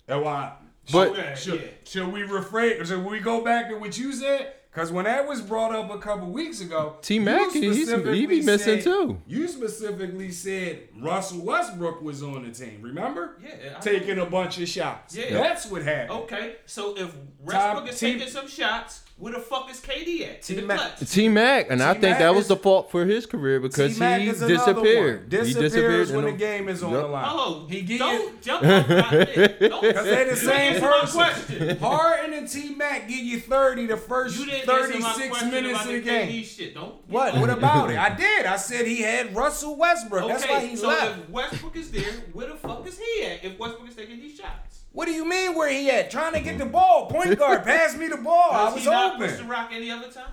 S1: That's why.
S2: But-
S3: Okay,
S1: Should,
S3: yeah.
S1: should we rephrase? Should we go back to what you said? Because when that was brought up a couple weeks ago,
S2: T
S1: you
S2: Mac, he's he
S1: specifically
S2: be missing
S1: said-
S2: too.
S1: You specifically said Russell Westbrook was on the team. Remember?
S3: Yeah, I-
S1: Taking a bunch of shots.
S3: Yeah. Oh.
S1: That's what happened.
S3: Okay, so if
S1: Tom-
S3: Westbrook is
S1: T-
S3: taking some shots, where the fuck is KD at? In the
S1: T-Mac-
S3: clutch.
S2: T Mac, and I think
S1: T-Mac
S2: that was
S1: is-
S2: the fault for his career because
S1: T-Mac
S2: he
S1: is another
S2: disappeared.
S1: one.
S2: He
S1: Disappears
S2: disappeared
S1: when
S2: in
S1: the
S2: a-
S1: game is on
S2: Yup.
S1: the line.
S3: Oh,
S1: He get
S3: don't jump off my
S1: <laughs>
S3: dick. Don't
S1: they the same
S3: answer my
S1: person.
S3: question.
S1: Harden and T Mac give you 30 the first
S3: You didn't answer my
S1: 36
S3: question
S1: minutes
S3: about
S1: of
S3: the
S1: the game.
S3: KD shit. Don't.
S1: What? What about it? I did. I said he had Russell Westbrook.
S3: Okay,
S1: That's why he
S3: so
S1: left.
S3: if Westbrook is there, where the fuck is he at? If Westbrook is taking these shots,
S1: What do you mean where he at? Trying to get the ball. Point
S3: <laughs>
S1: guard, pass me the ball. Oh, I
S3: does
S1: was
S3: he not push the
S1: open.
S3: rock any other time?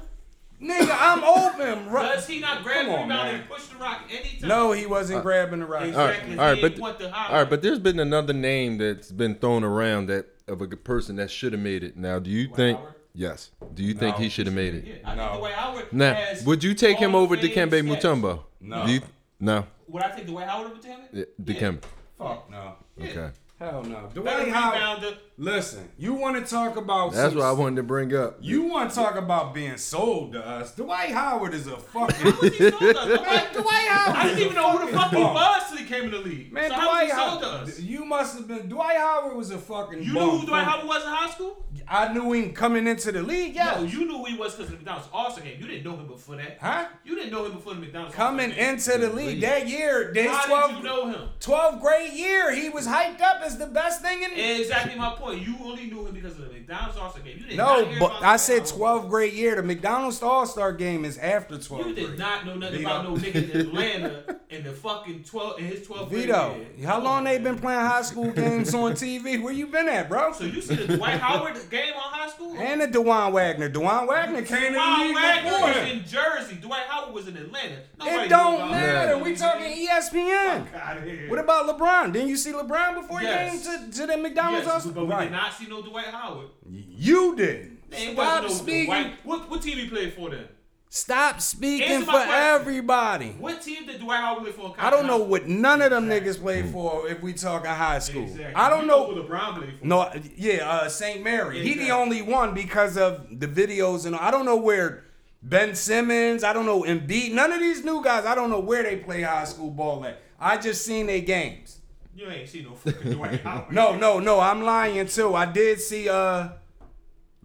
S1: Nigga, I'm
S3: <laughs>
S1: open. Ru-
S3: Does he Uh, not grab
S1: Come
S3: the
S1: on,
S3: rebound
S1: man.
S3: and push the rock any time?
S1: No, he wasn't grabbing the rock.
S2: All right,
S3: Exactly.
S2: all right,
S3: He
S2: but-
S3: didn't want the
S2: All right, but there's been another name that's been thrown around that of a good person that should have made it. Now, do you think?
S3: Howard?
S2: Yes. Do you think
S1: No.
S2: he should have made it?
S3: Yeah, I
S1: No.
S3: think Dwight Howard
S2: Now,
S3: has
S2: would you take him
S3: all
S2: over
S3: the same
S2: Dikembe
S3: stats.
S2: Mutombo?
S1: No.
S2: Do you, no.
S3: Would I take Dwight Howard over Dikembe?
S2: Yeah,
S3: Yeah.
S2: Dikembe.
S1: Fuck no.
S3: Yeah.
S2: Okay.
S1: Hell no.
S3: Better
S1: Dwight Howard.
S3: rebounder.
S1: Listen, you want to talk about.
S2: That's
S1: some-
S2: what I wanted to bring up.
S1: You want to talk about being sold to us? Dwight Howard is a
S3: <laughs>
S1: fucking.
S3: Who's he sold
S1: <laughs>
S3: us? Nobody-
S1: Man, Dwight Howard.
S3: I didn't even know who the fuck he
S1: bum.
S3: was till he came in the league.
S1: Man,
S3: so how was
S1: Dwight
S3: he sold to
S1: Howard.
S3: us?
S1: You must have been. Dwight Howard was a fucking.
S3: You
S1: bum.
S3: knew who Dwight Howard was in high school?
S1: I knew him coming into the league. Yeah.
S3: No, you knew who he was because of the McDonald's All-Star game. You didn't know him before that.
S1: Huh?
S3: You didn't know him before the McDonald's
S1: Coming
S3: All-Star game.
S1: into the league that year, his
S3: How
S1: 12th,
S3: did you know him?
S1: 12th grade year, he was hyped up as the best thing in.
S3: Exactly my point. You only knew him because of the McDonald's All-Star game. You did not
S1: no,
S3: hear
S1: but
S3: about
S1: I
S3: Dwight
S1: said
S3: Howard.
S1: 12th grade year. The McDonald's All Star game is after 12th
S3: You
S1: grade.
S3: did not know nothing
S1: Vito.
S3: about no nigga in Atlanta in the fucking 12 in his 12th grade
S1: Vito,
S3: year.
S1: how
S3: Come
S1: long
S3: on,
S1: they
S3: man.
S1: been playing high school games
S3: <laughs>
S1: on TV? Where you been at, bro?
S3: So you see the Dwight Howard game on high school?
S1: and the Dewan Wagner. Dewan Wagner came in the
S3: Dwight
S1: league
S3: Wagner
S1: before
S3: was
S1: him.
S3: in Jersey. Dwight Howard was in Atlanta. Nobody knew
S1: It don't
S3: about
S1: matter.
S3: him.
S1: We talking E ESPN.
S3: Outta here.
S1: What about LeBron? Didn't you see LeBron before
S3: Yes.
S1: he came to, to the McDonald's?
S3: Yes,
S1: also?
S3: but we
S1: Right.
S3: did not see no Dwight Howard.
S1: You didn't.
S3: There ain't
S1: Stop
S3: wasn't no
S1: speaking.
S3: Dwight- What, what team he played for then?
S1: Stop speaking
S3: Answer
S1: for
S3: my question.
S1: everybody.
S3: What team did Dwight Howard play for? in
S1: I don't know
S3: college?
S1: what none of them niggas played for if we talking high school.
S3: Exactly.
S1: I don't
S3: You
S1: know.
S3: who LeBron played for.
S1: No, yeah, uh, St. Mary. He
S3: Exactly.
S1: the only one because of the videos and I don't know where Ben Simmons, I don't know Embiid, none of these new guys, I don't know where they play high school ball at. I just seen their games.
S3: You ain't seen no fucking Dwight
S1: <laughs>
S3: Howard.
S1: No, no, no. I'm lying too. I did see uh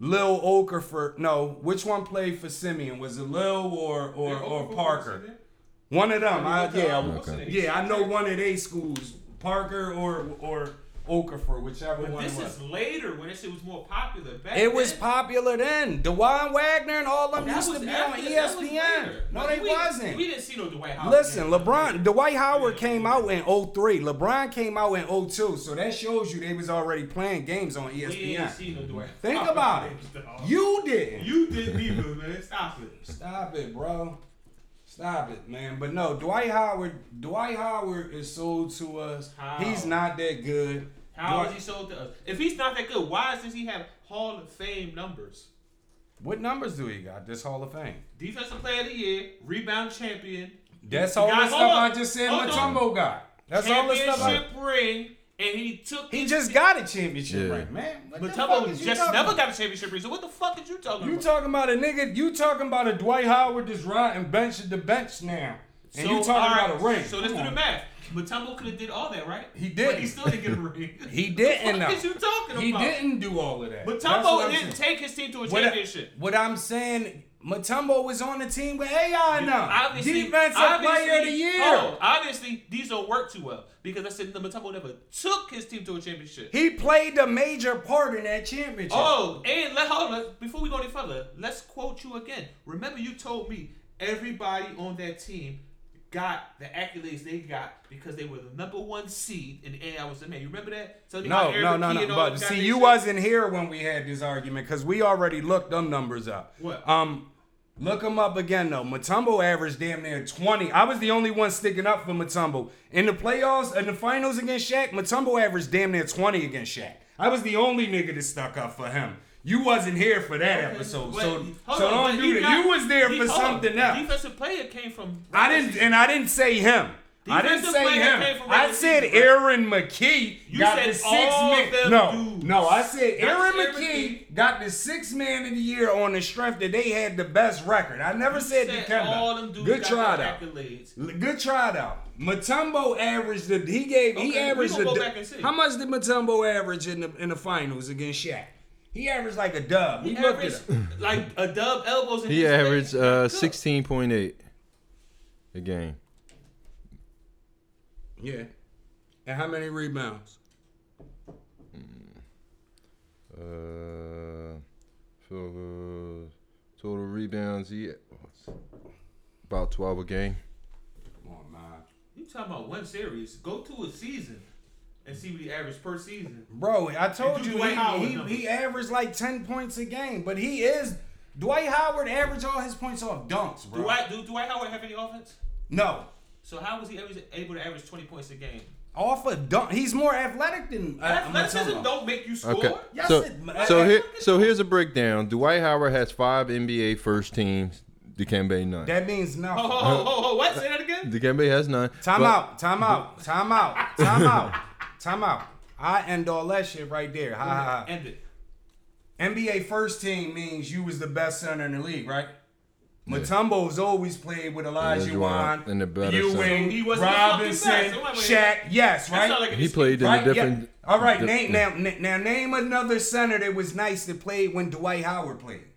S1: Lil Okerford. No, which one played for Simeon? Was it Lil or or, or Parker? One of them. I, yeah, I-
S3: What's his name?
S1: yeah. I know one of they schools, Parker or or Okafor, whichever
S3: But
S1: one it
S3: this
S1: was.
S3: is later when that shit was more popular. Back
S1: It was
S3: then,
S1: popular then. Dewan Wagner and all of them
S3: that
S1: used
S3: was
S1: to be on E
S3: after- that was later.
S1: ESPN. No,
S3: Like,
S1: they
S3: we-
S1: wasn't.
S3: We didn't see no Dwight Howard.
S1: Listen,
S3: games.
S1: LeBron, Dwight Howard came out in 03. LeBron came out in 02. So that shows you they was already playing games on E
S3: We didn't
S1: ESPN.
S3: see no Dwight
S1: Think
S3: Howard
S1: about it.
S3: <laughs> games, dog.
S1: You didn't.
S3: You didn't either, man. Stop it.
S1: Stop it, bro. Stop it, man. But no, Dwight Howard. Dwight Howard is sold to us.
S3: How?
S1: He's not that good.
S3: How
S1: Dwight-
S3: is he sold to us? If he's not that good, why does he have Hall of Fame numbers?
S1: What numbers do he got? This Hall of Fame.
S3: Defensive Player of the Year, rebound champion,
S1: That's all the
S3: Guys,
S1: stuff
S3: hold up.
S1: I just said.
S3: Hold on.
S1: Matumbo got. That's all the stuff. I,
S3: championship ring, and he took.
S1: he
S3: his-
S1: just got a championship
S2: Yeah.
S1: ring, man. What the fuck
S3: Matumbo
S1: is you
S3: just
S1: talking
S3: never
S1: about?
S3: got a championship ring. So what the fuck is you talking
S1: You
S3: about?
S1: talking about a nigga? You talking about a Dwight Howard that's riding bench to the bench now? And you talking
S3: all
S1: about a
S3: right,
S1: ring?
S3: So let's
S1: Come
S3: do the
S1: on.
S3: math. Matumbo could have did all that, right?
S1: He
S3: But
S1: didn't.
S3: he still didn't get a ring.
S1: <laughs> He didn't.
S3: What
S1: though.
S3: is you talking
S1: He
S3: about?
S1: didn't do all of that. That's what
S3: Matumbo
S1: I'm saying.
S3: didn't take his team to a
S1: What, I,
S3: championship.
S1: what I'm saying, Matumbo was on the team with AI now.
S3: Obviously,
S1: Defensive
S3: obviously-
S1: player of the year.
S3: Oh, obviously, these don't work too well because I said Matumbo never took his team to a championship.
S1: He played a major part in that championship.
S3: Oh, and let hold on. Before we go any further, let's quote you again. Remember, you told me everybody on that team got the accolades they got because they were the number one seed in the AI was the man. You remember that? Tell me how
S1: no,
S3: Eric
S1: no, no,
S3: Key
S1: no.
S3: and all
S1: But
S3: them guys,
S1: see,
S3: they
S1: you
S3: said-
S1: wasn't here when we had this argument because we already looked them numbers up.
S3: What?
S1: Um, look them up again though. Matumbo averaged damn near 20. I was the only one sticking up for Matumbo in the playoffs and the finals against Shaq. Matumbo averaged damn near 20 against Shaq. I was the only nigga that stuck up for him. You wasn't here for that episode,
S3: But-
S1: so
S3: hold
S1: so
S3: on,
S1: don't
S3: but
S1: do
S3: he
S1: that.
S3: got-
S1: you was there
S3: he-
S1: for
S3: hold on.
S1: something else.
S3: Defensive player came from.
S1: I didn't, and I didn't say him. I didn't
S3: Defensive
S1: say
S3: player came
S1: him.
S3: from
S1: I
S3: regular
S1: said
S3: season, right?
S1: Aaron McKee.
S3: You
S1: got
S3: said
S1: the six
S3: all
S1: man.
S3: them
S1: No,
S3: dudes.
S1: No, I said Aaron
S3: That's
S1: McKee
S3: everything.
S1: got the sixth man of the year on the strength that they had the best record. I never said
S3: Said
S1: Dikembe.
S3: all them dudes
S1: Good
S3: got
S1: try
S3: their
S1: though.
S3: accolades.
S1: L- Good try though. Matumbo averaged the he gave
S3: Okay,
S1: he
S3: we
S1: averaged
S3: gonna
S1: the
S3: go
S1: du-
S3: back and see.
S1: how much did Matumbo average in the in the finals against Shaq? He averaged like a dub. We
S3: He
S1: looked it
S3: averaged
S1: up.
S3: like a dub elbows. in
S2: He
S3: his face.
S2: averaged uh,
S3: Good.
S2: sixteen point eight a game.
S1: Yeah. And how many rebounds?
S2: Uh, field goals, total rebounds. He about twelve a game.
S1: Come on, man.
S3: You talking about one series? Go to a season and see what he averaged per season.
S1: Bro, I told
S3: And
S1: you
S3: do Dwight Howard
S1: he, he,
S3: numbers.
S1: he averaged like ten points a game, but he is Dwight Howard averaged all his points off dunks, bro.
S3: Dwight, do Dwight Howard have any offense?
S1: No,
S3: So how was he ever able to average twenty points a game?
S1: off a dunk. He's more athletic than uh,
S3: Athleticism
S1: Matumbo.
S3: don't make you score.
S2: Okay.
S1: Yes,
S2: so
S1: it- I-
S2: so
S1: I-
S2: here so here's a breakdown. Dwight Howard has five NBA first teams. Dikembe none.
S1: That means nothing.
S2: Uh,
S3: Ho ho ho ho ho! What? Say that again.
S2: Dikembe has none.
S1: Time
S2: but-
S1: out, time out, time out, time out, time out. I end all that shit right there. Ha ha ha.
S3: End it.
S1: NBA first team means you was the best center in the league, right? Matumbo's always played with Elijah
S2: Olajuwon
S1: Wan,
S2: and the better
S1: Ewing,
S3: center. He wasn't the fucking
S1: Robinson,
S3: best. Nobody-
S1: Shaq. Yes,
S3: That's not
S1: right.
S3: like an
S2: He
S3: excuse.
S2: played in
S1: Right,
S2: a
S1: yeah.
S2: different.
S1: All right,
S2: di-
S1: name, now, n- now name another center that was nice that played when Dwight Howard played.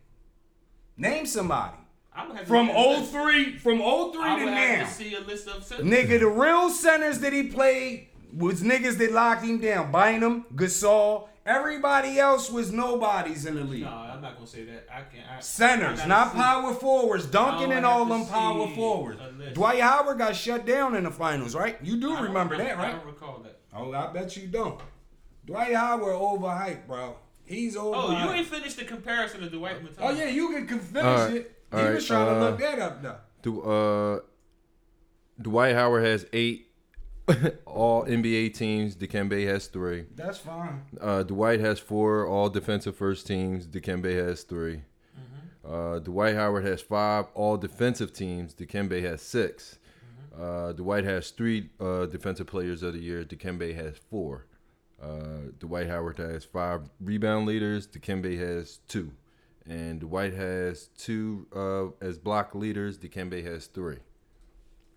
S1: Name somebody
S3: I would have to
S1: from
S3: look at the
S1: 03, from 03 to
S3: list. I would
S1: now.
S3: have to see a list of centers.
S1: Nigga, the real centers that he played was niggas that locked him down. Bynum, Gasol, everybody else was nobodies in the league.
S3: No, I'm not gonna say that. I can't. I, I
S1: Centers,
S3: gotta
S1: not
S3: see.
S1: power forwards. Duncan
S3: I
S1: and
S3: have
S1: all
S3: to
S1: them power
S3: see
S1: forwards.
S3: a list.
S1: Dwight Howard got shut down in the finals, right? You do
S3: I don't-
S1: remember
S3: I-
S1: that,
S3: I
S1: right?
S3: don't recall that.
S1: Oh, I bet you don't. Dwight Howard overhyped, bro. He's overhyped.
S3: Oh, you ain't finished the comparison of Dwight Matumbo.
S1: Oh yeah, you can con- finish
S2: All right,
S1: it.
S2: all
S1: he
S2: right,
S1: was trying to
S2: uh,
S1: look that up though.
S2: Du- uh, Dwight Howard has eight <laughs> all NBA teams. Dikembe has three.
S1: That's fine.
S2: Uh, Dwight has four all defensive first teams. Dikembe has 3 Uh, Dwight Howard has five all defensive teams. Dikembe has 6 Uh, Dwight has three uh, defensive players of the year. Dikembe has four. Uh, Dwight Howard has five rebound leaders. Dikembe has two. And Dwight has two uh, as block leaders. Dikembe has three.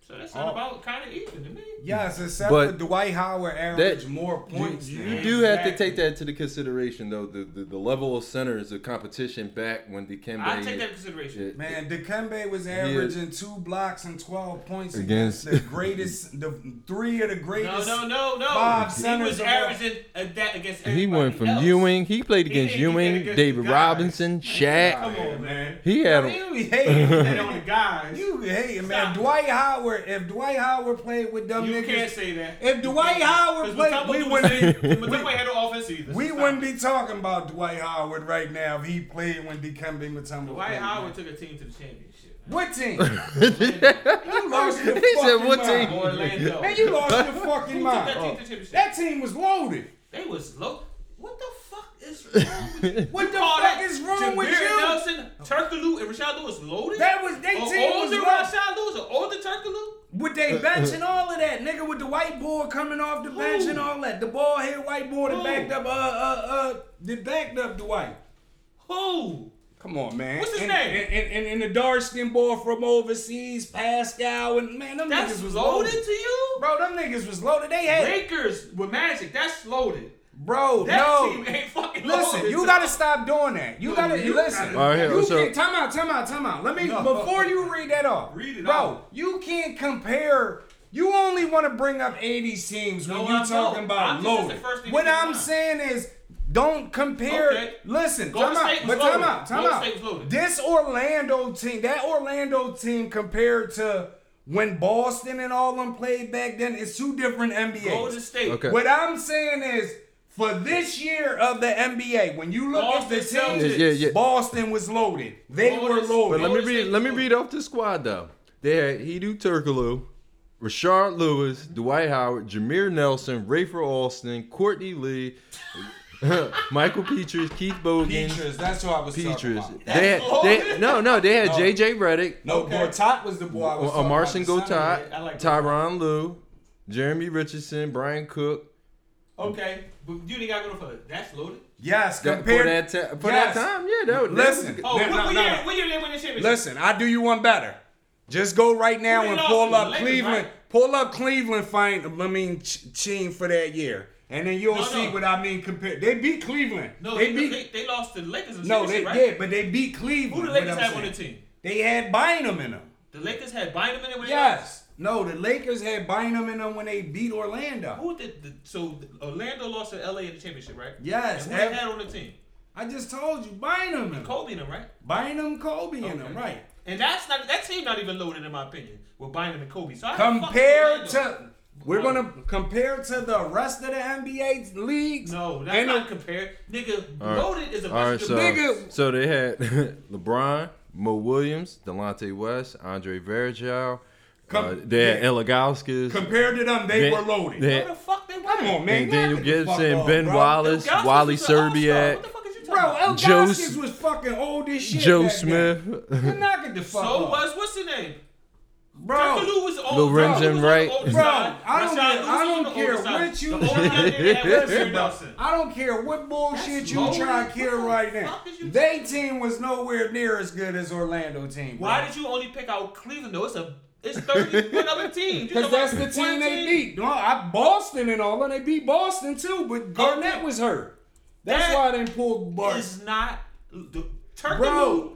S3: So that's not
S1: Oh.
S3: about kind of even to me.
S1: Yes, except
S2: But-
S1: for Dwight Howard averaged more
S2: You,
S1: points. than
S2: you
S1: him.
S2: do have to
S3: Exactly.
S2: take that into the consideration, though. The, the, the level of centers, the competition back when Dikembe
S3: I take that into consideration.
S2: it-
S1: Man, Dikembe was averaging two blocks and twelve points
S2: Against-
S1: against, the greatest, the three of the
S3: No,
S1: greatest.
S3: no, no, no.
S1: Bob
S3: he
S1: centers
S3: was
S1: are-
S3: averaging a, that against everybody
S2: He went from
S3: else.
S2: Ewing. He played
S3: He
S2: against
S3: did- he did
S2: Ewing,
S3: against
S2: David
S3: guys.
S2: Robinson, Shaq.
S3: Come
S2: <laughs>
S3: on, man.
S2: He had. A,
S1: You be
S3: That
S1: hating.
S3: on the guys. You,
S1: you be hating, man.
S3: Stop.
S1: Dwight Howard. If Dwight Howard played with them
S3: can't
S1: niggas,
S3: say that.
S1: If Dwight Howard played- we
S3: we
S1: wouldn't-
S2: <laughs>
S3: wouldn't. Matumbo had no offense either.
S1: we
S3: Stop.
S1: wouldn't be talking about Dwight Howard right now if he played when Dikembe Mutombo.
S3: Dwight
S1: played,
S3: Howard
S1: man.
S3: took a team to the championship.
S1: What
S2: <laughs>
S1: team? you lost your
S2: he said,
S1: fucking
S2: "What
S1: mind.
S2: team?"
S3: Orlando.
S1: Man, you Oh. lost your fucking
S3: Who took that team to
S1: mind.
S3: the championship?
S1: That team was loaded.
S3: they was low. What the fuck is wrong
S2: <laughs>
S3: with you?
S1: What the
S3: All
S1: fuck is wrong with
S3: Jameer
S1: you?
S3: Nelson, Turkaloo, and Rashad Lewis loaded?
S1: That was- they
S3: An
S1: team was
S3: older
S1: loaded.
S3: Rashad Lewis, an older Turkaloo?
S1: With
S2: Uh,
S1: they bench and all of that, nigga, with the white boy coming off the bench and all that, the ball head white boy that
S3: Who?
S1: backed up, uh, uh, uh, that backed up Dwight.
S3: Who?
S1: Come on, man.
S3: What's his
S1: and,
S3: name?
S1: And, and, and the dark skinned boy from overseas, Pascal, and man, them
S3: That's
S1: niggas was
S3: loaded
S1: loaded.
S3: to you?
S1: Bro, them niggas was loaded. They had,
S3: Lakers with Magic, that's loaded.
S1: bro,
S3: That
S1: no.
S3: team ain't fucking
S1: Listen,
S3: loaded.
S1: you gotta stop doing that. You
S3: No,
S1: gotta
S3: you
S1: listen.
S3: gotta-
S2: All right,
S1: you
S2: so-
S1: can't, time out, time out, time out. Let me
S3: No.
S1: before you read that off.
S3: Read it
S1: bro.
S3: off.
S1: You can't compare. You only want to bring up 80s teams
S3: No,
S1: when you
S3: I
S1: talking
S3: don't.
S1: about
S3: I'm just- that's the
S1: loaded.
S3: first thing
S1: What
S3: that came to
S1: I'm
S3: mind.
S1: saying is, don't compare.
S3: Okay.
S1: Listen,
S3: Golden
S1: time out,
S3: State
S1: but
S3: was
S1: time
S3: loaded.
S1: out, time
S3: Golden
S1: out.
S3: State was loaded.
S1: This Orlando team, that Orlando team, compared to when Boston and all them played back then, it's two different NBAs.
S3: Golden State.
S2: Okay.
S1: What I'm saying is, for this year of the NBA, when you look at the
S3: Boston
S1: teams,
S2: Celtics. Yeah, yeah.
S1: Boston was loaded. They
S3: Golden
S1: were loaded.
S2: But let me
S3: Golden
S2: read.
S3: State
S2: Let me
S3: Warriors.
S2: read off the squad though. They had Hedo Turkoglu, Rashard Lewis, Dwight Howard, Jameer Nelson, Rafer Alston, Courtney Lee, <laughs> Michael Petras, Keith Bogan, Petras.
S1: Peaches, that's who I was talking about.
S2: They had, they, no, no, they had J.J. Redick,
S1: No,
S3: Okay.
S1: Gortat was the boy I was
S2: uh,
S1: talking
S2: Marcin
S1: about. the center.
S2: Gotat,
S3: I like that.
S2: Tyron Lue, Jeremy Richardson, Brian Cook,
S3: Okay, but you didn't gotta go no further. That's loaded.
S1: Yes,
S2: That- for
S1: compared.
S2: that ta- for
S1: Yes.
S2: that time, yeah, that was that was a
S1: Listen.
S2: good-
S3: Oh,
S1: No,
S3: when,
S1: no,
S3: when,
S1: no,
S3: you-
S1: no.
S3: when you didn't win the championship.
S1: Listen, I do you one better. Just go right now
S3: Who they
S1: and
S3: lost to?
S1: pull
S3: The
S1: up
S3: Lakers,
S1: Cleveland.
S3: right?
S1: Pull up Cleveland. Find I mean ch- team for that year, and then you'll
S3: No,
S1: see
S3: no.
S1: what I mean. Compared, they beat Cleveland.
S3: no,
S1: they
S3: they,
S1: beat.
S3: they, they lost to the Lakers. In
S1: no,
S3: championship,
S1: they
S3: right?
S1: did, but they beat Cleveland.
S3: Who the
S1: what
S3: Lakers
S1: I'm
S3: have on the
S1: saying.
S3: team?
S1: They had Bynum in them.
S3: The Lakers had Bynum in it. when they
S1: Yes.
S3: lost?
S1: No, the Lakers had Bynum in them when they beat Orlando.
S3: Who did the, so Orlando lost to LA in the championship, right?
S1: Yes.
S3: And who they
S1: ev-
S3: had on the team?
S1: I just told you Bynum in them.
S3: Kobe and them, right?
S1: Bynum, Kobe in
S3: Okay.
S1: them, right?
S3: <laughs> And that's not that team not even loaded in my opinion with Bynum and Kobe. So I
S1: Compared
S3: fuck with Orlando.
S1: to, we're gonna compare to the rest of the NBA leagues.
S3: no, that's
S1: And
S3: not
S1: the-
S3: compared. Nigga,
S2: right.
S3: loaded is a
S2: All
S3: bunch
S2: right,
S3: of
S2: so
S1: Nigga.
S2: so they had <laughs> LeBron, Mo Williams, Delonte West, Andre Vergeau. uh,
S1: Com-
S2: they had
S1: yeah.
S2: Elagauskas.
S1: Compared to them, they,
S2: They-
S1: were loaded.
S2: they-
S3: What the fuck they
S1: Come on, man.
S2: and Daniel
S1: Y'all niggas fuck
S2: Gibson,
S1: off,
S2: Ben
S1: bro.
S2: Wallace,
S3: Elgauskas
S2: Wally
S3: was an all-star.
S2: Serbiak,
S3: What the fuck is you
S1: Bro,
S3: talking
S1: El
S3: about?
S2: Joe
S1: Joe
S2: S-
S1: was fucking old as shit.
S2: Joe
S1: back
S2: Smith,
S1: then.
S2: <laughs>
S1: You're not getting the fuck
S3: So
S1: off.
S3: was what's his name?
S1: bro.
S3: Dr. Lou was old.
S2: Lil Remsen, right?
S1: Bro, I don't care- I don't care what you- <laughs> Listen, bro, I don't care what bullshit
S3: That's
S1: you
S3: loaded.
S1: try to kill
S3: What the
S1: right now.
S3: fuck is you-
S1: They team was nowhere near as good as Orlando team. bro.
S3: Why did you only pick out Cleveland though? It's a it's
S1: <laughs>
S3: thirty one other team. You
S1: Because
S3: talking
S1: that's the
S3: about
S1: team
S3: one
S1: they beat. No, I Boston and all, and they beat Boston too. But Garnett was hurt. That's
S3: That
S1: why they pulled Bart.
S3: Is not the Turkey
S1: Bro,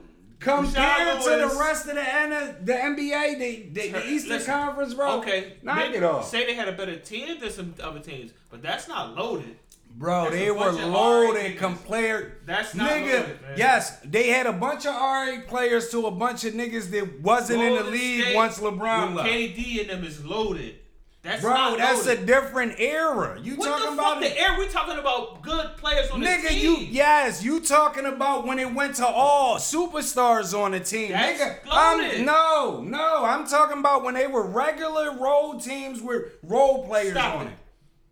S1: compared to
S3: Lewis.
S1: the rest of the N- the NBA, the, the, the Eastern
S3: Listen,
S1: Conference, bro.
S3: Okay,
S1: knock
S3: they-
S1: it off,
S3: Say they had a better team than some other teams, but that's not loaded.
S1: bro.
S3: that's
S1: They
S3: a
S1: were
S3: bunch of RA
S1: loaded
S3: niggas.
S1: compared.
S3: That's not
S1: nigga.
S3: loaded, man.
S1: Yes, they had a bunch of RA players to a bunch of niggas that wasn't in the
S3: Golden
S1: league
S3: State
S1: once LeBron
S3: with
S1: left.
S3: KD and them is loaded. That's
S1: Bro,
S3: not
S1: that's
S3: loaded.
S1: a different era. You
S3: what
S1: talking
S3: the
S1: about
S3: fuck? The air we talking about good players on the
S1: Nigga,
S3: team.
S1: you yes, you talking about when it went to all superstars on the team,
S3: That's
S1: nigga.
S3: loaded.
S1: I'm, no, no, I'm talking about when they were regular role teams with role players
S3: Stop
S1: on
S3: it.
S1: it.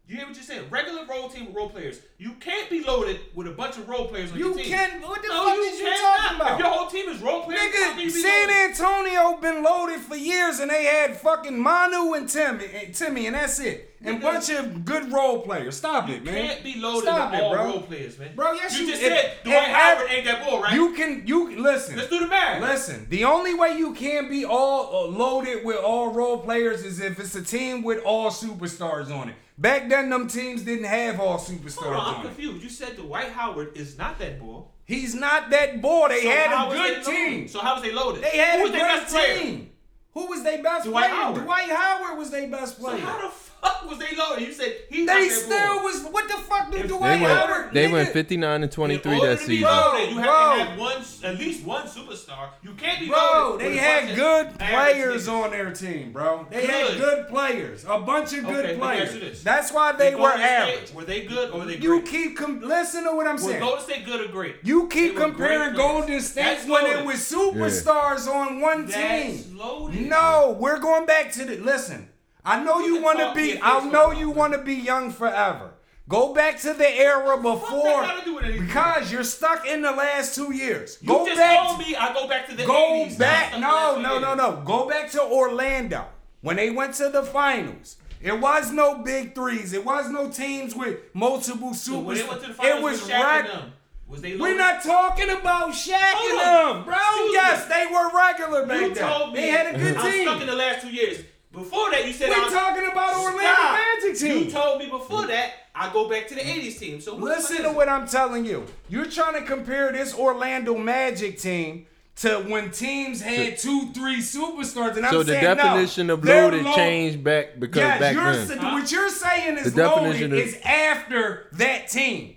S3: You hear what you're saying? Regular role team with role players. You can't be loaded with a bunch of role players on
S1: You
S3: your team.
S1: can't. What the
S3: No,
S1: fuck is you
S3: cannot.
S1: talking
S3: If your
S1: about?
S3: whole team is role players, how can you
S1: Nigga,
S3: be
S1: San
S3: loaded?
S1: Antonio been loaded for years, and they had fucking Manu and Timmy, and Timmy, and that's it, and
S3: Nigga.
S1: bunch of good role players. Stop it, man.
S3: can't be loaded
S1: Stop
S3: with
S1: it,
S3: all
S1: bro.
S3: role players, man.
S1: Bro, yes,
S3: you
S1: you-
S3: just
S1: if-
S3: said
S1: if
S3: Dwight
S1: I-
S3: Howard ain't that ball, right?
S1: You can you listen.
S3: Let's do the math.
S1: Listen, the only way you can be all uh, loaded with all role players is if it's a team with all superstars on it. Back then, them teams didn't have all superstars
S3: Hold
S1: on,
S3: on, I'm
S1: it.
S3: confused. You said Dwight Howard is not that ball.
S1: He's not that boy. They had
S3: how
S1: a
S3: is
S1: good
S3: they loaded?
S1: team.
S3: So how was they loaded?
S1: they had
S3: Who
S1: a
S3: was their best
S1: great
S3: player?
S1: team. Who was their best
S3: Dwight
S1: player?
S3: Howard.
S1: Dwight Howard was their best
S3: So
S1: player.
S3: how the fuck was they loaded? You said he's
S1: they
S3: not that
S1: still
S3: ball.
S1: was. What the fuck did
S3: If
S1: Dwight
S2: They
S1: Howard?
S2: went, they went
S1: nigga?
S2: 59 and
S3: In
S2: 23
S3: order
S2: that
S3: to be
S2: season.
S1: loaded,
S3: loaded, you
S1: Bro.
S3: have to have one, at least one superstar. You can't be
S1: Bro,
S3: loaded.
S1: they
S3: with a bunch
S1: had
S3: of
S1: good
S3: average
S1: players
S3: niggas.
S1: on their team, bro. They
S3: Good.
S1: had good players, a bunch of good
S3: Okay, let me ask you this.
S1: players. That's why they
S3: Did
S1: were
S3: Golden State-
S1: average.
S3: Were they good or were they
S1: You
S3: great?
S1: keep com- listen to what I'm
S3: Were
S1: saying.
S3: Golden State good or great?
S1: you keep
S3: They were great
S1: comparing
S3: players.
S1: Golden State
S3: That's
S1: when
S3: loaded.
S1: it was superstars on one
S3: That's
S1: team.
S3: loaded.
S1: No, we're going back to the listen. I know
S3: You
S1: you
S3: can
S1: want to
S3: talk your
S1: be.
S3: face
S1: I
S3: off,
S1: know you
S3: man.
S1: want to be young forever. Go back to the era before
S3: gotta do with anything?
S1: because you're stuck in the last two years.
S3: You
S1: go
S3: just
S1: back.
S3: told me I go back to the
S1: Go
S3: 80s.
S1: back.
S3: That's
S1: No,
S3: the
S1: no, no,
S3: 80s.
S1: no. Go back to Orlando when they went to the finals. It was no big threes. It was no teams with multiple
S3: So when
S1: supers.
S3: they went to the finals,
S1: it was
S3: with Shaq and
S1: reg-
S3: them, was they
S1: We're
S3: loaded?
S1: not talking about Shaq
S3: Hold
S1: and
S3: on.
S1: them, bro.
S3: Excuse
S1: yes,
S3: me.
S1: they were regular back
S3: You
S1: then.
S3: told me
S1: they had a good
S3: I'm stuck in
S1: team.
S3: the last two years. Before that, you said I
S1: We're
S3: was
S1: talking about Orlando
S3: Stop.
S1: Magic team.
S3: You told me before that I go back to the '80s team. So what the
S1: Listen
S3: fuck
S1: to
S3: is
S1: what I'm telling you. You're trying to compare this Orlando Magic team to when teams had two, three superstars, and
S2: So
S1: I'm
S2: the
S1: saying no,
S2: definition of
S1: they're
S2: loaded
S1: low-
S2: changed back because
S1: Yes,
S2: back
S1: you're
S2: then.
S1: sa- what you're saying is
S2: The definition
S1: loaded
S2: is-
S1: is, after that team.
S3: it?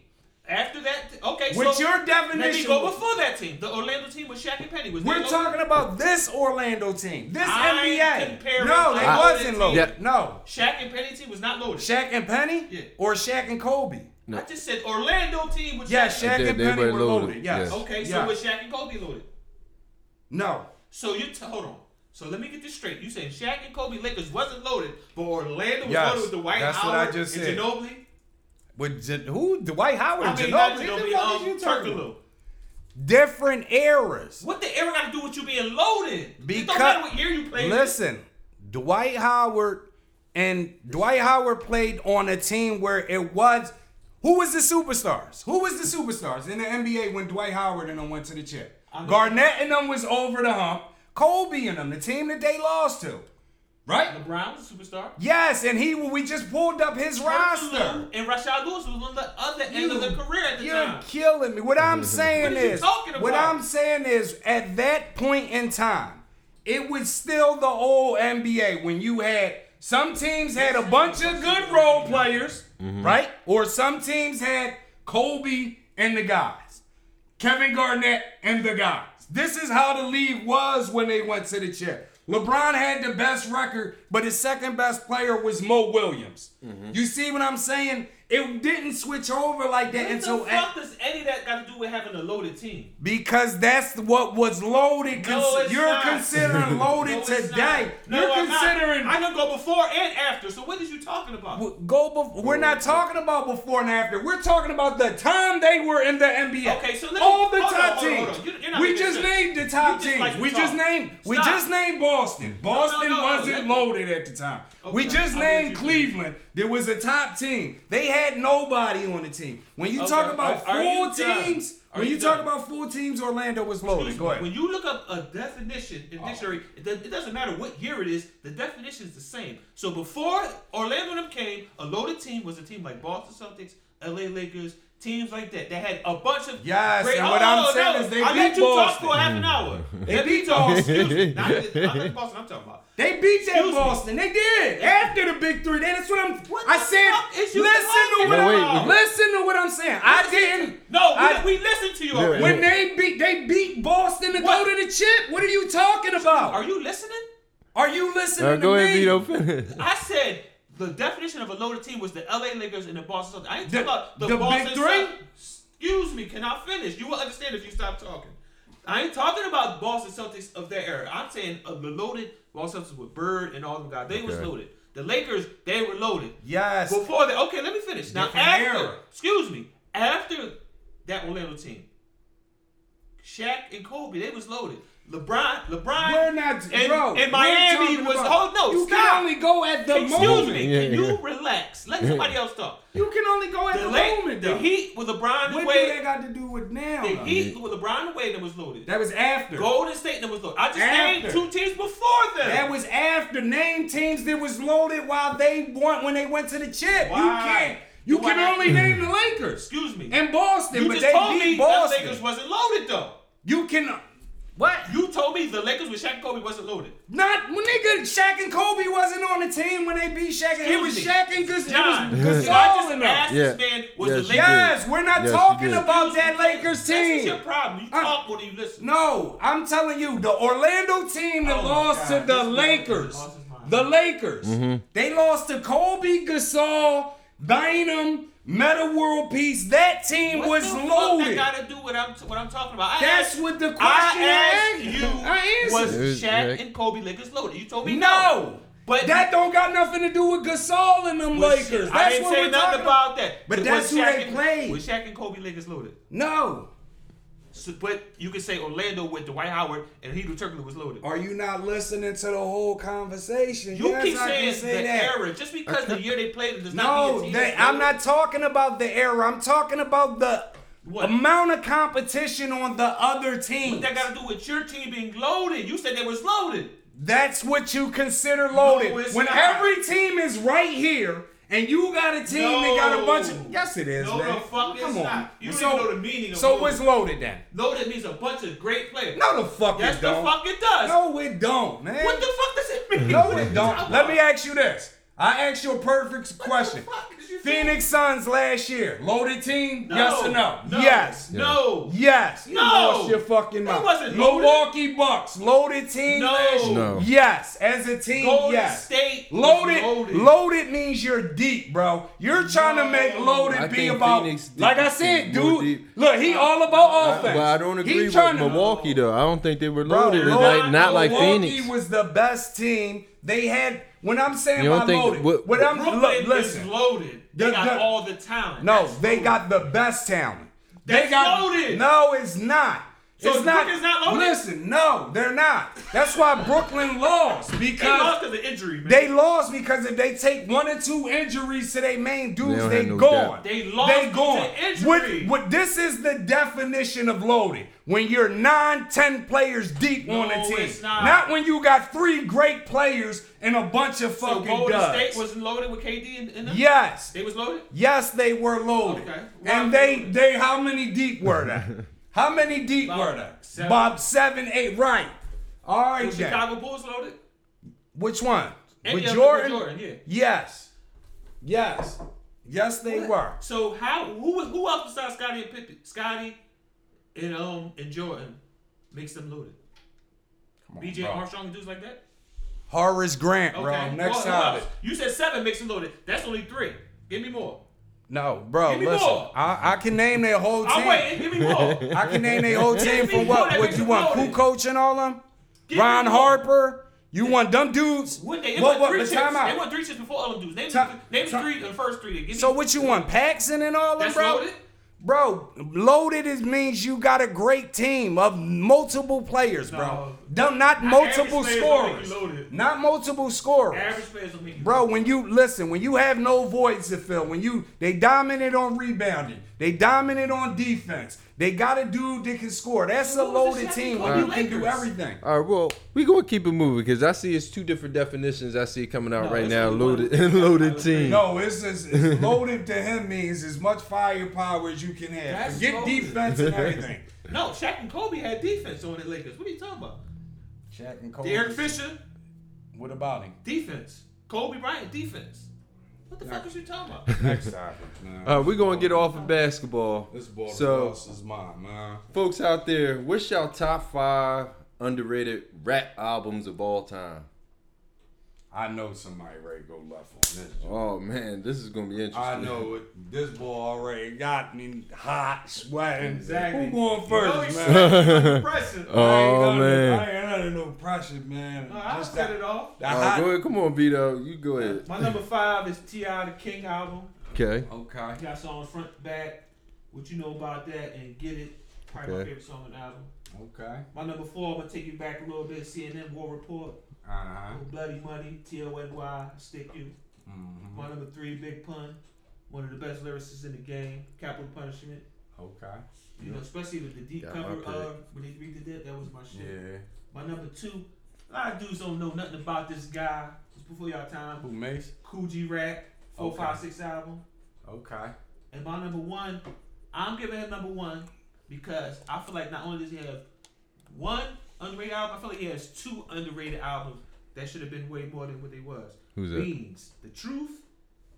S3: After that, okay.
S1: With
S3: so
S1: your
S3: let me
S1: definition,
S3: go before that team. The Orlando team with Shaq and Penny was.
S1: we're
S3: they
S1: talking about this Orlando team, this
S3: I'm
S1: NBA.
S3: comparing
S1: No, they
S3: my
S1: wasn't
S3: loaded
S1: loaded.
S2: team.
S1: No,
S3: Shaq and Penny team was not loaded.
S1: Shaq and Penny,
S3: Yeah.
S1: or Shaq and Kobe.
S3: I just said Orlando team with
S1: Yeah,
S3: Shaq.
S1: Shaq
S2: They-
S1: and
S2: they
S1: Penny
S2: were
S1: were
S2: loaded,
S1: loaded. Yes.
S2: yes.
S3: Okay, so
S1: Yeah.
S3: with Shaq and Kobe loaded.
S1: no.
S3: So you t- hold on. So let me get this straight. You saying Shaq and Kobe Lakers wasn't loaded, but Orlando was
S1: Yes,
S3: loaded with the White
S1: that's what I just
S3: and
S1: said.
S3: Ginobili.
S1: With J- who? Dwight Howard,
S3: I mean,
S1: Ginobili.
S3: not
S1: What the
S3: Ginobili,
S1: fuck is
S3: um,
S1: you talking about?
S3: Turkoglu.
S1: different eras.
S3: What the era got to do with you being loaded? it
S1: Because
S3: don't matter what year you played.
S1: listen, Dwight Howard And Dwight Howard played on a team where it was who was the superstars? Who was the superstars in the NBA when Dwight Howard and them went to the chip?
S3: I'm-
S1: Garnett and them was over the hump. Kobe and them, the team that they lost to, right?
S3: LeBron was a superstar.
S1: Yes, and he we just pulled up his roster.
S3: And Rashad Lewis was on the other end of the career at the
S1: You're
S3: time.
S1: killing me. What I'm saying
S3: What are you
S1: is,
S3: talking
S1: what
S3: about?
S1: I'm saying is, at that point in time, it was still the old NBA when you had some teams had a bunch of good role players,
S3: Mm-hmm.
S1: right? Or some teams had Kobe and the guys, Kevin Garnett and the guys. This is how the league was when they went to the chip. LeBron had the best record, but his second best player was Mo Williams. You see what I'm saying? It didn't switch over like that
S3: What
S1: until
S3: the fuck does any of that got to do with having a loaded team?
S1: because that's what was loaded.
S3: No,
S1: Cons-
S3: it's
S1: you're
S3: not.
S1: considering
S3: <laughs> No,
S1: loaded
S3: it's
S1: today.
S3: not. No,
S1: you're
S3: I'm not.
S1: considering.
S3: I can go before and after. So what is you talking about?
S1: W- Go bef- we're not talking about before and after. We're talking about the time they were in the NBA.
S3: Okay, so let
S1: all
S3: me-
S1: the
S3: hold on,
S1: top
S3: hold on,
S1: teams.
S3: hold on. You're- you're not
S1: we
S3: making
S1: just
S3: sense.
S1: named the top
S3: just
S1: teams.
S3: like to
S1: we just
S3: talk.
S1: named. We
S3: Stop.
S1: just named Boston. Boston
S3: no,
S1: wasn't
S3: let me-
S1: loaded at the time. we
S3: Okay,
S1: just
S3: I get
S1: named
S3: you.
S1: Cleveland. There was a top team. They had nobody on the team. When you talk
S3: Okay,
S1: about
S3: are- are
S1: full
S3: you done?
S1: teams,
S3: Are
S1: when
S3: you
S1: you, talk
S3: done?
S1: about full teams, Orlando was loaded. Go ahead.
S3: When you look up a definition in dictionary, it do- it doesn't matter what year it is. The definition is the same. So before Orlando and them came, a loaded team was a team like Boston Celtics, LA Lakers, teams like that that had a bunch of Oh,
S1: Yes, and what I'm saying is they
S3: I
S1: beat
S3: let you
S1: Boston.
S3: talk for half an hour. They
S1: beat
S3: beat Boston. Excuse me. Not, not like Boston. I'm talking about.
S1: They beat that
S3: Excuse me.
S1: Boston. They did after the big three. That's what I'm.
S3: What
S1: I
S3: the
S1: said.
S3: fuck is you
S1: listen to
S3: talking
S1: what
S2: about?
S1: I'm. Listen to what I'm saying. I didn't.
S3: No, we,
S1: I-
S3: we listened to you already.
S1: When they beat, they beat Boston to
S3: What?
S1: go to the chip. What are you talking about?
S3: Are
S1: Are,
S3: you listening?
S1: you listening
S2: Now
S1: to
S2: Uh, go
S1: me?
S2: ahead, Vito. Finish.
S3: I said the definition of a loaded team was the LA Lakers and the Boston Celtics. I ain't
S1: The-
S3: talking about the,
S1: the
S3: Boston
S1: big three?
S3: Celt- Excuse me, can I finish? You will understand if you stop talking. I ain't talking about Boston Celtics of their era. I'm saying of the loaded Boston Celtics with Bird and all them guys. They was
S2: Okay.
S3: loaded. The Lakers, they were loaded.
S1: Yes.
S3: Before that, okay, let me finish. Now
S1: Different
S3: after,
S1: era.
S3: excuse me, after that Orlando team, Shaq and Kobe, they was loaded. LeBron, LeBron,
S1: We're not,
S3: and,
S1: bro.
S3: and
S1: we're
S3: Miami
S1: talking
S3: was.
S1: about-
S3: Hold no,
S1: you
S3: stop.
S1: can only go at the
S3: Excuse
S1: moment.
S3: me,
S2: Yeah,
S3: can you
S2: yeah.
S3: relax? Let somebody else talk.
S1: You can only go at the,
S3: The, late,
S1: moment,
S3: the
S1: though.
S3: Heat with LeBron and
S1: what do that
S3: Wade.
S1: got to do with now?
S3: The
S1: though?
S3: Heat with LeBron and Wade that was loaded.
S1: That was after.
S3: Golden State that was loaded. I just
S1: After.
S3: named two teams before them.
S1: That was after name teams that was loaded while they won when they went to the chip. You
S3: Why?
S1: can't. You
S3: Why?
S1: can only name the Lakers
S3: Excuse me.
S1: and Boston,
S3: you
S1: but
S3: just
S1: they
S3: told me
S1: beat
S3: the
S1: Boston.
S3: Lakers wasn't loaded though.
S1: you can. What?
S3: You told me the Lakers with Shaq and Kobe wasn't loaded.
S1: Not nigga. Shaq and Kobe wasn't on the team when they beat Shaq. and It was
S3: Excuse me.
S1: Shaq and Gus. It
S3: John,
S1: was
S3: so I just
S1: Gasol and them.
S3: asked
S2: Yeah.
S3: this man was
S2: Yeah,
S3: the
S2: she
S3: Lakers.
S2: did.
S1: Yes, we're not
S2: Yes, you
S1: talking
S2: did.
S1: about that Lakers
S3: This is
S1: team.
S3: your problem. You
S1: I-
S3: talk more than you listen.
S1: No, I'm telling you, the Orlando team that
S3: Oh, my
S1: lost
S3: God.
S1: to the
S3: This man
S1: Lakers,
S3: lost his mind.
S1: the Lakers, they lost to Kobe, Gasol, Bynum, Meta World Peace. That team
S3: What
S1: was
S3: the fuck
S1: loaded.
S3: That got to do what I'm what I'm talking about. I
S1: That's
S3: asked,
S1: what the question
S3: I
S1: is.
S3: asked you.
S1: I
S3: was
S1: answered.
S2: Dude,
S3: Shaq
S2: Nick.
S3: and Kobe Lakers loaded? You told me
S1: No,
S3: But-
S1: that don't got nothing to do with Gasol and them
S3: Was
S1: Lakers.
S3: Shaq-
S1: that's
S3: I didn't
S1: what
S3: say
S1: we're
S3: nothing
S1: talking
S3: about that.
S1: But
S3: Was
S1: that's who
S3: Shaq
S1: they
S3: and-
S1: played.
S3: Was Shaq and Kobe Lakers loaded?
S1: No,
S3: So, but you could say Orlando with Dwight Howard and Hedo Turkoglu was loaded.
S1: are you not listening to the whole conversation?
S3: You
S1: yes,
S3: keep
S1: I
S3: saying
S1: can say
S3: the
S1: that.
S3: era just because the year they played it does not mean
S1: No,
S3: the team
S1: they,
S3: is
S1: I'm
S3: loaded.
S1: not talking about the era. I'm talking about the
S3: What?
S1: amount of competition on the other team.
S3: What that got to do with your team being loaded? You said they was loaded.
S1: That's what you consider loaded.
S3: No, it's
S1: when
S3: not.
S1: every team is right here and you got a team that got a bunch of.
S3: No.
S1: Yes, it is,
S3: No,
S1: man.
S3: the fuck
S1: Come
S3: it's
S1: on.
S3: not. You don't
S1: so,
S3: even know the meaning of
S1: So
S3: loaded.
S1: what's loaded then?
S3: Loaded means a bunch of great players.
S1: No, the fuck
S3: Yes,
S1: it
S3: the
S1: don't.
S3: fuck it does.
S1: No, it don't, man.
S3: What the fuck does it mean?
S1: No, it don't. Let me ask you this. I asked you a perfect question.
S3: fuck is you
S1: Phoenix Suns last year, loaded team?
S3: No.
S1: yes or no?
S3: No.
S1: Yes.
S3: No.
S1: Yes. You
S3: No.
S1: lost your fucking
S3: That
S1: mind.
S3: wasn't loaded.
S1: Milwaukee Bucks, loaded team.
S3: No.
S1: last year.
S2: No.
S1: Yes, as a team,
S3: Golden
S1: yes.
S3: State was
S1: loaded,
S3: loaded.
S1: loaded, means you're deep, bro. You're trying to make
S3: No.
S1: loaded
S2: I
S1: be
S2: think
S1: about
S2: Phoenix
S1: like I
S2: deep
S1: said,
S2: is more
S1: dude.
S2: deep.
S1: Look, he all about <laughs> offense.
S2: But I don't
S1: He
S2: agree with
S1: trying to-
S2: Milwaukee though. I don't think they were
S1: Bro,
S2: loaded.
S1: Lord,
S2: like not like
S1: Milwaukee
S2: Phoenix.
S1: was the best team. They had when I'm saying
S2: You don't
S1: by
S2: think-
S1: loaded. What,
S2: what-
S1: I'm
S3: Brooklyn
S1: look,
S3: is
S1: listen.
S3: loaded. They
S1: The-
S3: got
S1: the-
S3: all the talent.
S1: No,
S3: That's
S1: they
S3: loaded.
S1: got the best talent. They
S3: That's
S1: got
S3: loaded.
S1: No, it's not.
S3: So
S1: it's not.
S3: Brooklyn's not loaded?
S1: Listen, no, they're not. That's why Brooklyn lost
S3: They
S1: because
S3: lost because of injury, man.
S1: They lost because if they take one or two injuries to their main dudes,
S2: don't
S1: they,
S2: have no
S1: gone.
S2: depth.
S3: They lost due to injury.
S1: What, what, this is the definition of loaded. When you're nine, ten players deep
S3: No,
S1: on a team.
S3: it's not.
S1: when you got three great players and a bunch of
S3: so
S1: fucking
S3: Golden
S1: duds.
S3: State was loaded with KD in, in them?
S1: yes.
S3: They was loaded?
S1: Yes, they were loaded.
S3: Okay.
S1: And they they how many deep were they? how many deep
S3: About
S1: were they?
S3: seven.
S1: Bob seven, eight, right. All right.
S3: Was
S1: then.
S3: Chicago Bulls loaded?
S1: Which one?
S3: And
S1: With
S3: yeah,
S1: Jordan?
S3: With Jordan, yeah.
S1: Yes. Yes. Yes, they were.
S3: So how who who else besides Scotty and Pippen, Scotty, and um and Jordan makes them loaded? BJ
S1: bro.
S3: Armstrong and dudes like that.
S1: Horace Grant,
S3: Okay.
S1: bro. Next
S3: Well, who
S1: time.
S3: else? You said seven makes them loaded. That's only three. Give me more.
S1: No, bro,
S3: Give me
S1: listen.
S3: more.
S1: I, I can name their whole team.
S3: I'm waiting. Give me more.
S1: <laughs> I can name
S3: <laughs>
S1: their whole team
S3: Give me
S1: from what?
S3: more,
S1: What you want?
S3: nigga.
S1: Who coach and all them?
S3: Give me
S1: Ron
S3: more.
S1: Harper? You want them dudes?
S3: What they? It
S1: What-
S3: went
S1: what-
S3: three
S1: but
S3: chips.
S1: time out.
S3: They went three chips before all them dudes. Name,
S1: Time-
S3: name
S1: time-
S3: three the first three. Then Give me,
S1: So what you want? Paxson and all them,
S3: That's
S1: bro?
S3: loaded.
S1: Bro, loaded is means you got a great team of multiple players, bro.
S3: No.
S1: Don't not
S3: Average
S1: multiple
S3: players don't make you
S1: scorers.
S3: loaded.
S1: Not multiple scorers.
S3: Average players will make you.
S1: Bro, when you listen, when you have no voids to fill, when you they dominant on rebounding, they dominant on defense, they got a dude that can score. That's a
S3: Who was the
S1: loaded
S3: second
S1: team
S3: Kobe
S1: where you can do
S3: Lakers?
S1: everything.
S2: All right, well, we gonna keep it moving because I see it's two different definitions I see coming out
S3: No,
S2: right
S3: it's
S2: now.
S3: only one.
S2: Loaded <laughs> and loaded team.
S1: No, it's, it's, it's loaded to him means as much firepower as you can have.
S3: That's
S1: Forget
S3: loaded.
S1: defense and everything.
S3: No, Shaq and Kobe had defense on the Lakers. What are you talking about?
S1: Shaq and Kobe.
S3: Derek Fisher
S1: What about <laughs> him?
S3: defense. Kobe Bryant defense. What the fuck is you talking about?
S1: <laughs> Next topic. man.
S2: All right, we're Uh, gonna get off of basketball.
S1: This boy
S2: So,
S1: boss is mine, man.
S2: folks out there, what's y'all top five underrated rap albums of all time?
S1: I know somebody ready to go left on this.
S2: Oh man, this is gonna be interesting.
S1: I
S2: <laughs>
S1: know it. This boy already got me hot, sweating.
S3: Exactly.
S1: Who going
S3: No, you
S1: first, man?
S3: sweating.
S2: <laughs>
S3: Impressive.
S2: Oh,
S1: I ain't under-
S2: man.
S1: I ain't under no pressure, man.
S3: No, Uh, I
S1: Just
S3: set
S1: that-
S3: it off.
S1: that
S2: Oh,
S1: hot-
S2: go ahead, come on, Vito, you go ahead.
S3: My number five is T.I. the King album.
S2: Okay.
S1: Okay.
S3: You got song front to back. What you know about that and get it. Probably my
S2: Okay.
S3: favorite song on the album.
S1: Okay.
S3: My number four, I'm gonna take you back a little bit. CNN War Report,
S2: Ah.
S1: Uh-huh.
S3: Bloody Money, T O N Y, Stick You.
S1: Mhm.
S3: My number three, Big Pun, one of the best lyricists in the game. Capital Punishment.
S1: Okay.
S3: You know, especially with the deep
S2: Got my
S3: cover
S2: pick.
S3: of when they read the dead, that was my shit.
S1: Yeah.
S3: My number two, a lot of dudes don't know nothing about this guy. It's before y'all time.
S1: Who makes?
S3: Coogee Rap, four
S1: Okay.
S3: five six album.
S1: Okay.
S3: And my number one, I'm giving him number one because I feel like not only does he have one underrated album, I feel like he has two underrated albums that should have been way more than what they was.
S2: Who's that?
S3: Beans, The Truth,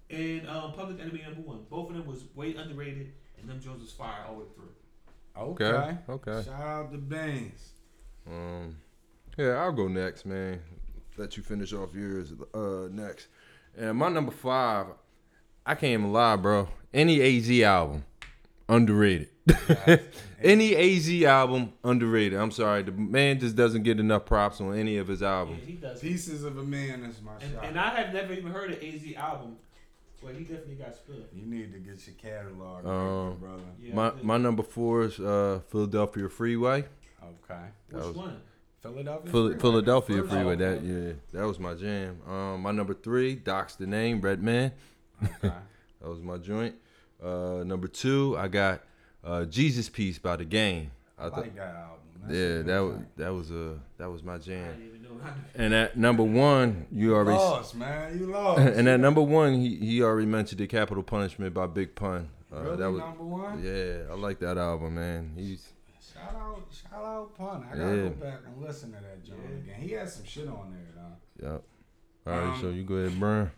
S3: and um, Public Enemy number one. Both of them was way underrated, and them Jones was fire all the way through.
S1: Okay.
S2: Okay.
S1: Shout out to Beans.
S2: Um, yeah, I'll go next, man. Let you finish off yours uh, next. And my number five, I can't even lie, bro. Any AZ album, underrated. <laughs> any AZ album, underrated. I'm sorry, the man just doesn't get enough props on any of his
S3: Yeah,
S2: albums.
S3: he does.
S1: Pieces of a man is my
S3: And,
S1: shot.
S3: and I have never even heard an AZ album, but he definitely got spilled.
S1: you need to get your catalog,
S2: Oh.
S1: right, brother.
S3: Yeah,
S2: my
S3: I did.
S2: my number four is uh, Philadelphia Freeway.
S1: Okay.
S2: that
S3: which
S2: was-
S3: one?
S1: Philadelphia.
S2: Phil- Philadelphia
S1: First
S2: Freeway.
S1: album.
S2: That yeah, that was my jam. Um, my number three, Doc's the name, Redman.
S1: Okay. <laughs>
S2: That was my joint. Uh, number two, I got uh, Jesus Piece by the Game. I
S1: I
S2: thought,
S1: like that album. That's a
S2: yeah,
S1: good
S2: that was
S1: joint.
S2: that was a that was my
S3: I
S2: jam.
S3: didn't even know. I-
S2: And at number one, you already s-
S1: lost, man. You lost.
S2: <laughs> and at number one, he, he already mentioned the Capital Punishment by Big Pun. Uh,
S1: really
S2: that was
S1: number one.
S2: yeah, I like that album, man. He's
S1: Shout out, shout out, pun. I gotta
S2: Yeah.
S1: go back and listen to that joint again. He had some shit on there, though.
S2: yep. All right, so
S1: Um,
S2: you go ahead, Brian.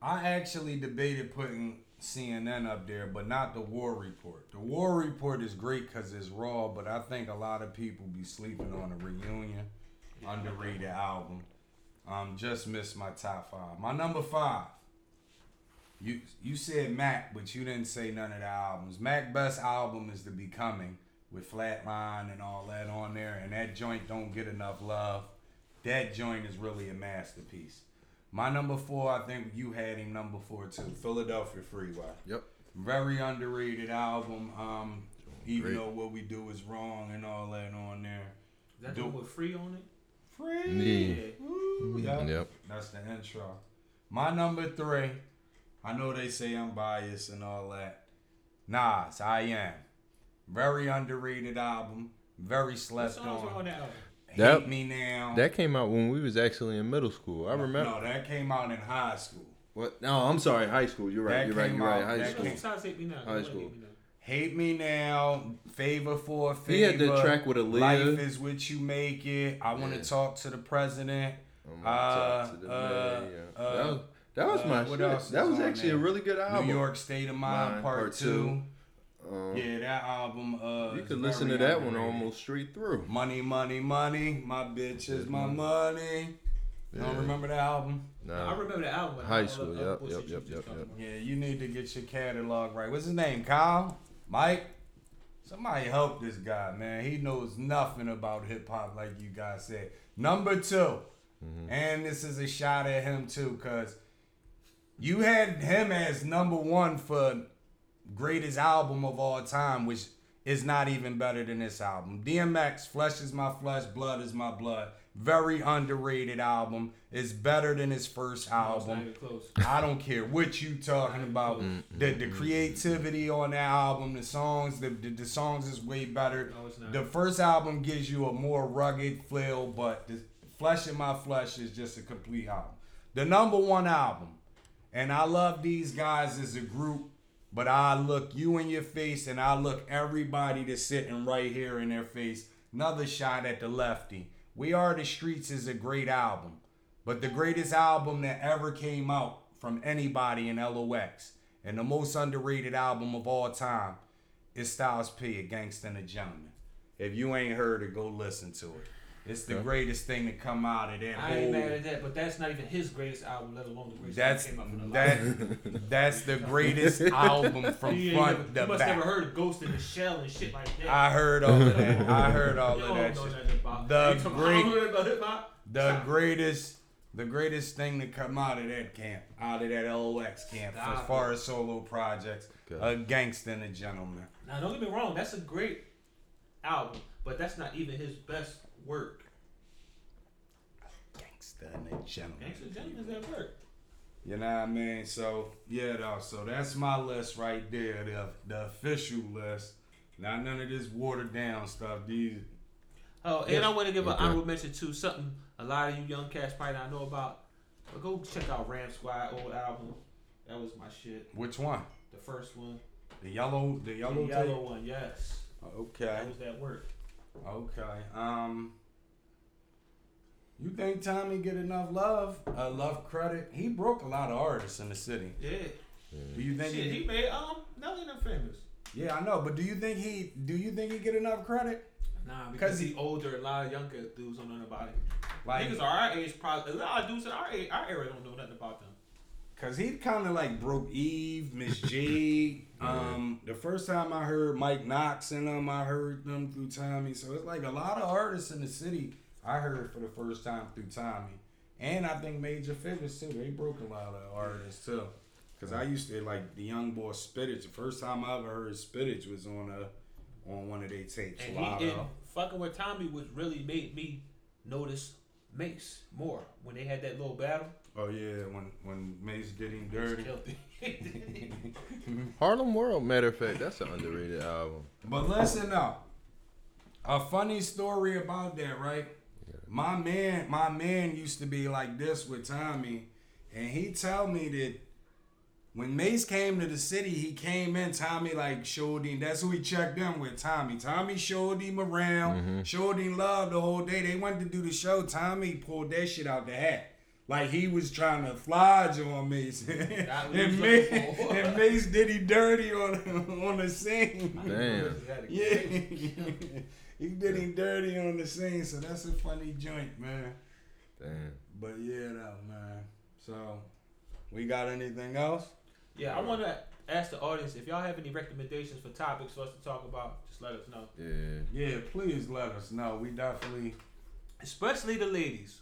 S1: I actually debated putting CNN up there, but not the War Report. The War Report is great because it's raw, but I think a lot of people be sleeping on the reunion, underrated album. Um, just missed my top five. My number five. You you said Mac, but you didn't say none of the albums. Mac best album is The Becoming with Flatline and all that on there, and that joint don't get enough love. That joint is really a masterpiece. My number four, I think you had him number four too. Philadelphia Freeway,
S2: Yep.
S1: very underrated album. Um, even
S2: Great.
S1: though what we do is wrong and all that on there.
S3: That
S1: Do-
S3: one with free on it.
S1: Free.
S2: Yeah.
S1: Ooh, yeah.
S2: Yep.
S1: That's the intro. My number three. I know they say I'm biased and all that. Nas, I am. Very underrated album. Very
S3: What
S1: slept
S3: songs are on
S1: on.
S3: that album?
S1: Hate
S2: That-
S1: me now.
S2: That came out when we was actually in middle school. I remember.
S1: No, that came out in high school.
S2: What? No, I'm sorry. High school. You're right.
S1: That
S2: You're right.
S1: came
S2: You're right.
S1: out-
S2: High
S1: that
S2: school.
S1: came-
S3: Besides Hate Me Now.
S2: High
S3: you know
S2: school.
S3: Hate Me Now.
S1: Hate me now. Favor for a favor.
S2: He had the track with Aaliyah.
S1: Life is what you make it. I want to
S2: Yeah.
S1: talk to the president.
S2: I'm gonna talk to the
S1: Uh,
S2: man, yeah.
S1: uh,
S2: that was, that was
S1: uh,
S2: my
S1: what
S2: shit.
S1: else
S2: That
S1: is
S2: was
S1: on
S2: actually a
S1: there?
S2: really good album.
S1: New York State of Mind,
S2: Mine,
S1: Part,
S2: Part
S1: Two.
S2: Um,
S1: Yeah, that album. Uh,
S2: you
S1: is
S2: could listen to
S1: very
S2: that one
S1: underrated.
S2: almost straight through.
S1: Money, money, money. My bitch is my money. You Don't
S2: Yeah.
S1: remember that album? <laughs>
S3: I
S2: Nah,
S3: remember the album. but I
S2: Uh, High
S3: don't
S2: school,
S3: know the other
S2: yep,
S3: bullshit
S2: yep,
S3: you
S2: yep,
S3: just
S2: yep,
S3: talking
S2: yep.
S3: about.
S1: Yeah, you need to get your catalog right. What's his name? Kyle? Mike? Somebody help this guy, man. He knows nothing about hip hop, like you guys said. Number 2 and this is a shot at him too, cause you had him as number one for greatest album of all time, which is not even better than this album. DMX, Flesh is My Flesh, Blood is My Blood. Very underrated album. It's better than his first
S3: No, it's not
S1: album. <laughs>
S3: even close.
S1: I don't care what you talking about. The the creativity on that album, the songs, the the, the songs is way better.
S3: No, it's not.
S1: The first album gives you a more rugged feel, but the Flesh in My Flesh is just a complete album. The number one album, and I love these guys as a group, but I look you in your face and I look everybody that's sitting right here in their face. Another shot at the lefty. We Are the Streets is a great album, but the greatest album that ever came out from anybody in LOX and the most underrated album of all time is Styles P, A Gangsta and a Gentleman. If you ain't heard it, go listen to it. It's the greatest thing to come out of that
S3: I
S1: whole
S3: ain't mad at that, but that's not even his greatest album, let alone the greatest
S1: that's
S3: that came out from the
S1: that. That's the greatest album
S3: You,
S1: from front
S3: ain't never, you
S1: to
S3: must never
S1: back.
S3: heard of Ghost in the Shell and shit like that.
S1: I heard all of that. I heard all
S3: you
S1: of
S3: don't
S1: that.
S3: know
S1: shit.
S3: nothing about
S1: The
S3: you talking
S1: great-
S3: about- I don't know about hip hop.
S1: The
S3: Stop.
S1: greatest, the greatest thing to come out of that camp, out of that LOX camp, as
S3: Stop
S1: far as solo projects,
S2: Okay.
S1: a gangster and a gentleman.
S3: Now don't get me wrong, that's a great album, but that's not even his best work.
S1: Gangster and a gentleman.
S3: Gangsta Gentleman's that work.
S1: You know what I mean? So yeah, though. So that's my list right there, the, the official list. Not none of this watered down stuff. These
S3: Oh, and I want to give an
S2: Okay.
S3: honorable mention to something a lot of you young cats probably not know about. But go check out Ram Squad old album. That was my shit.
S1: which one?
S3: The first one,
S1: The yellow, the
S3: the
S1: yellow,
S3: yellow,
S1: tape?
S3: one, yes.
S1: Okay.
S3: That was that work.
S1: Okay. Um. You think Tommy get enough love, uh, love credit? He broke a lot of artists in the city.
S3: Yeah.
S1: Do you think?
S3: Shit,
S1: he,
S3: he made um Nelly them famous.
S1: yeah, I know, but do you think he? Do you think he get enough credit?
S3: Nah,
S1: because
S3: because
S1: he-
S3: he older. A lot of younger dudes don't know nothing about it.
S1: Like,
S3: Niggas are our age, probably. A lot of dudes in our age, our era don't know nothing about them.
S1: Cause he kind of like broke Eve, Miss
S3: <laughs>
S1: J. Um, the first time I heard Mike Knox and them, I heard them through Tommy. So it's like a lot of artists in the city I heard for the first time through Tommy, and I think Major Figures too. They broke a lot of artists too. Cause I used to like the Young Boy Spittage. The first time I ever heard Spittage was on a on one of their tapes.
S3: And he and
S1: Lotto.
S3: fucking with Tommy was really made me notice Mace more when they had that little battle.
S1: Oh yeah, when when Mace did him
S3: Mace
S1: dirty.
S3: killed <laughs> it.
S2: <laughs>
S1: <laughs>
S2: Harlem World. Matter of fact, that's an underrated album.
S1: But listen up. A funny story about that, right? My man, my man used to be like this with Tommy, and he tell me that when Mace came to the city, he came in. Tommy like showed him. That's who he checked in with. Tommy. Tommy showed him around, showed him love the whole day. They went to do the show. Tommy pulled that shit out the hat. Like he was trying to flodge on Mace, <laughs>
S3: what he was
S1: and, Mace
S3: looking for.
S1: and Mace did he dirty on <laughs> on the scene.
S2: Damn.
S1: Yeah, <laughs> he did him dirty on the scene, so that's a funny joint, man.
S2: Damn.
S1: But yeah, though, man. So, we got anything else?
S3: <laughs> Yeah, I want to ask the audience if y'all have any recommendations for topics for us to talk about. Just let us know,
S2: Yeah.
S1: Yeah, please let us know. We definitely,
S3: especially the ladies.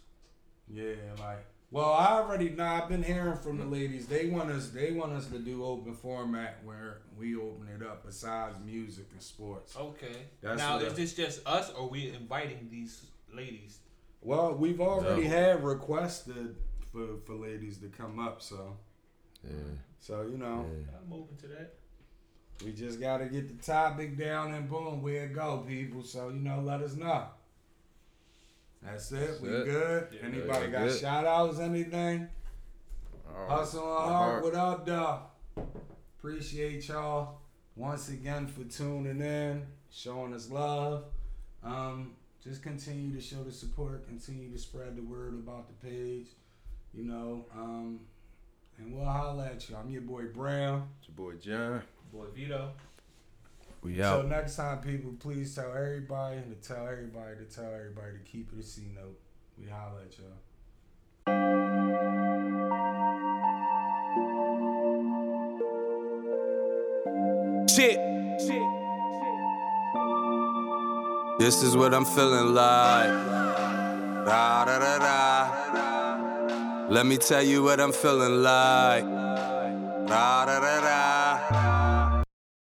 S1: yeah, like Well, I already know. I've been hearing from the ladies. They want us. They want us to do open format where we open it up besides music and sports.
S3: Okay.
S1: That's
S3: now
S1: what
S3: is
S1: I-
S3: this just us, or we inviting these ladies?
S1: Well, we've already
S2: No.
S1: had requested for, for ladies to come up, so
S2: Yeah.
S1: so you know
S2: yeah.
S3: I'm open to that.
S1: we just got to get the topic down and boom, we it go, people. So you know, let us know. That's it. we
S2: That's it.
S1: good.
S3: Yeah,
S1: Anybody
S2: we
S1: got
S2: good.
S1: shout outs? Anything?
S2: All right.
S1: Hustle on hard without dog. Appreciate y'all once again for tuning in, showing us love. Um, just continue to show the support, continue to spread the word about the page, you know. Um, and we'll holla at you. I'm your boy Brown.
S2: It's your boy John.
S3: Boy Vito.
S2: We
S1: So next time, people, please tell everybody to tell everybody to tell everybody to keep it a C note. We holla at y'all.
S4: Shit. This is what I'm feeling like. Da, da, da, da. Let me tell you what I'm feeling like. Da, da, da, da.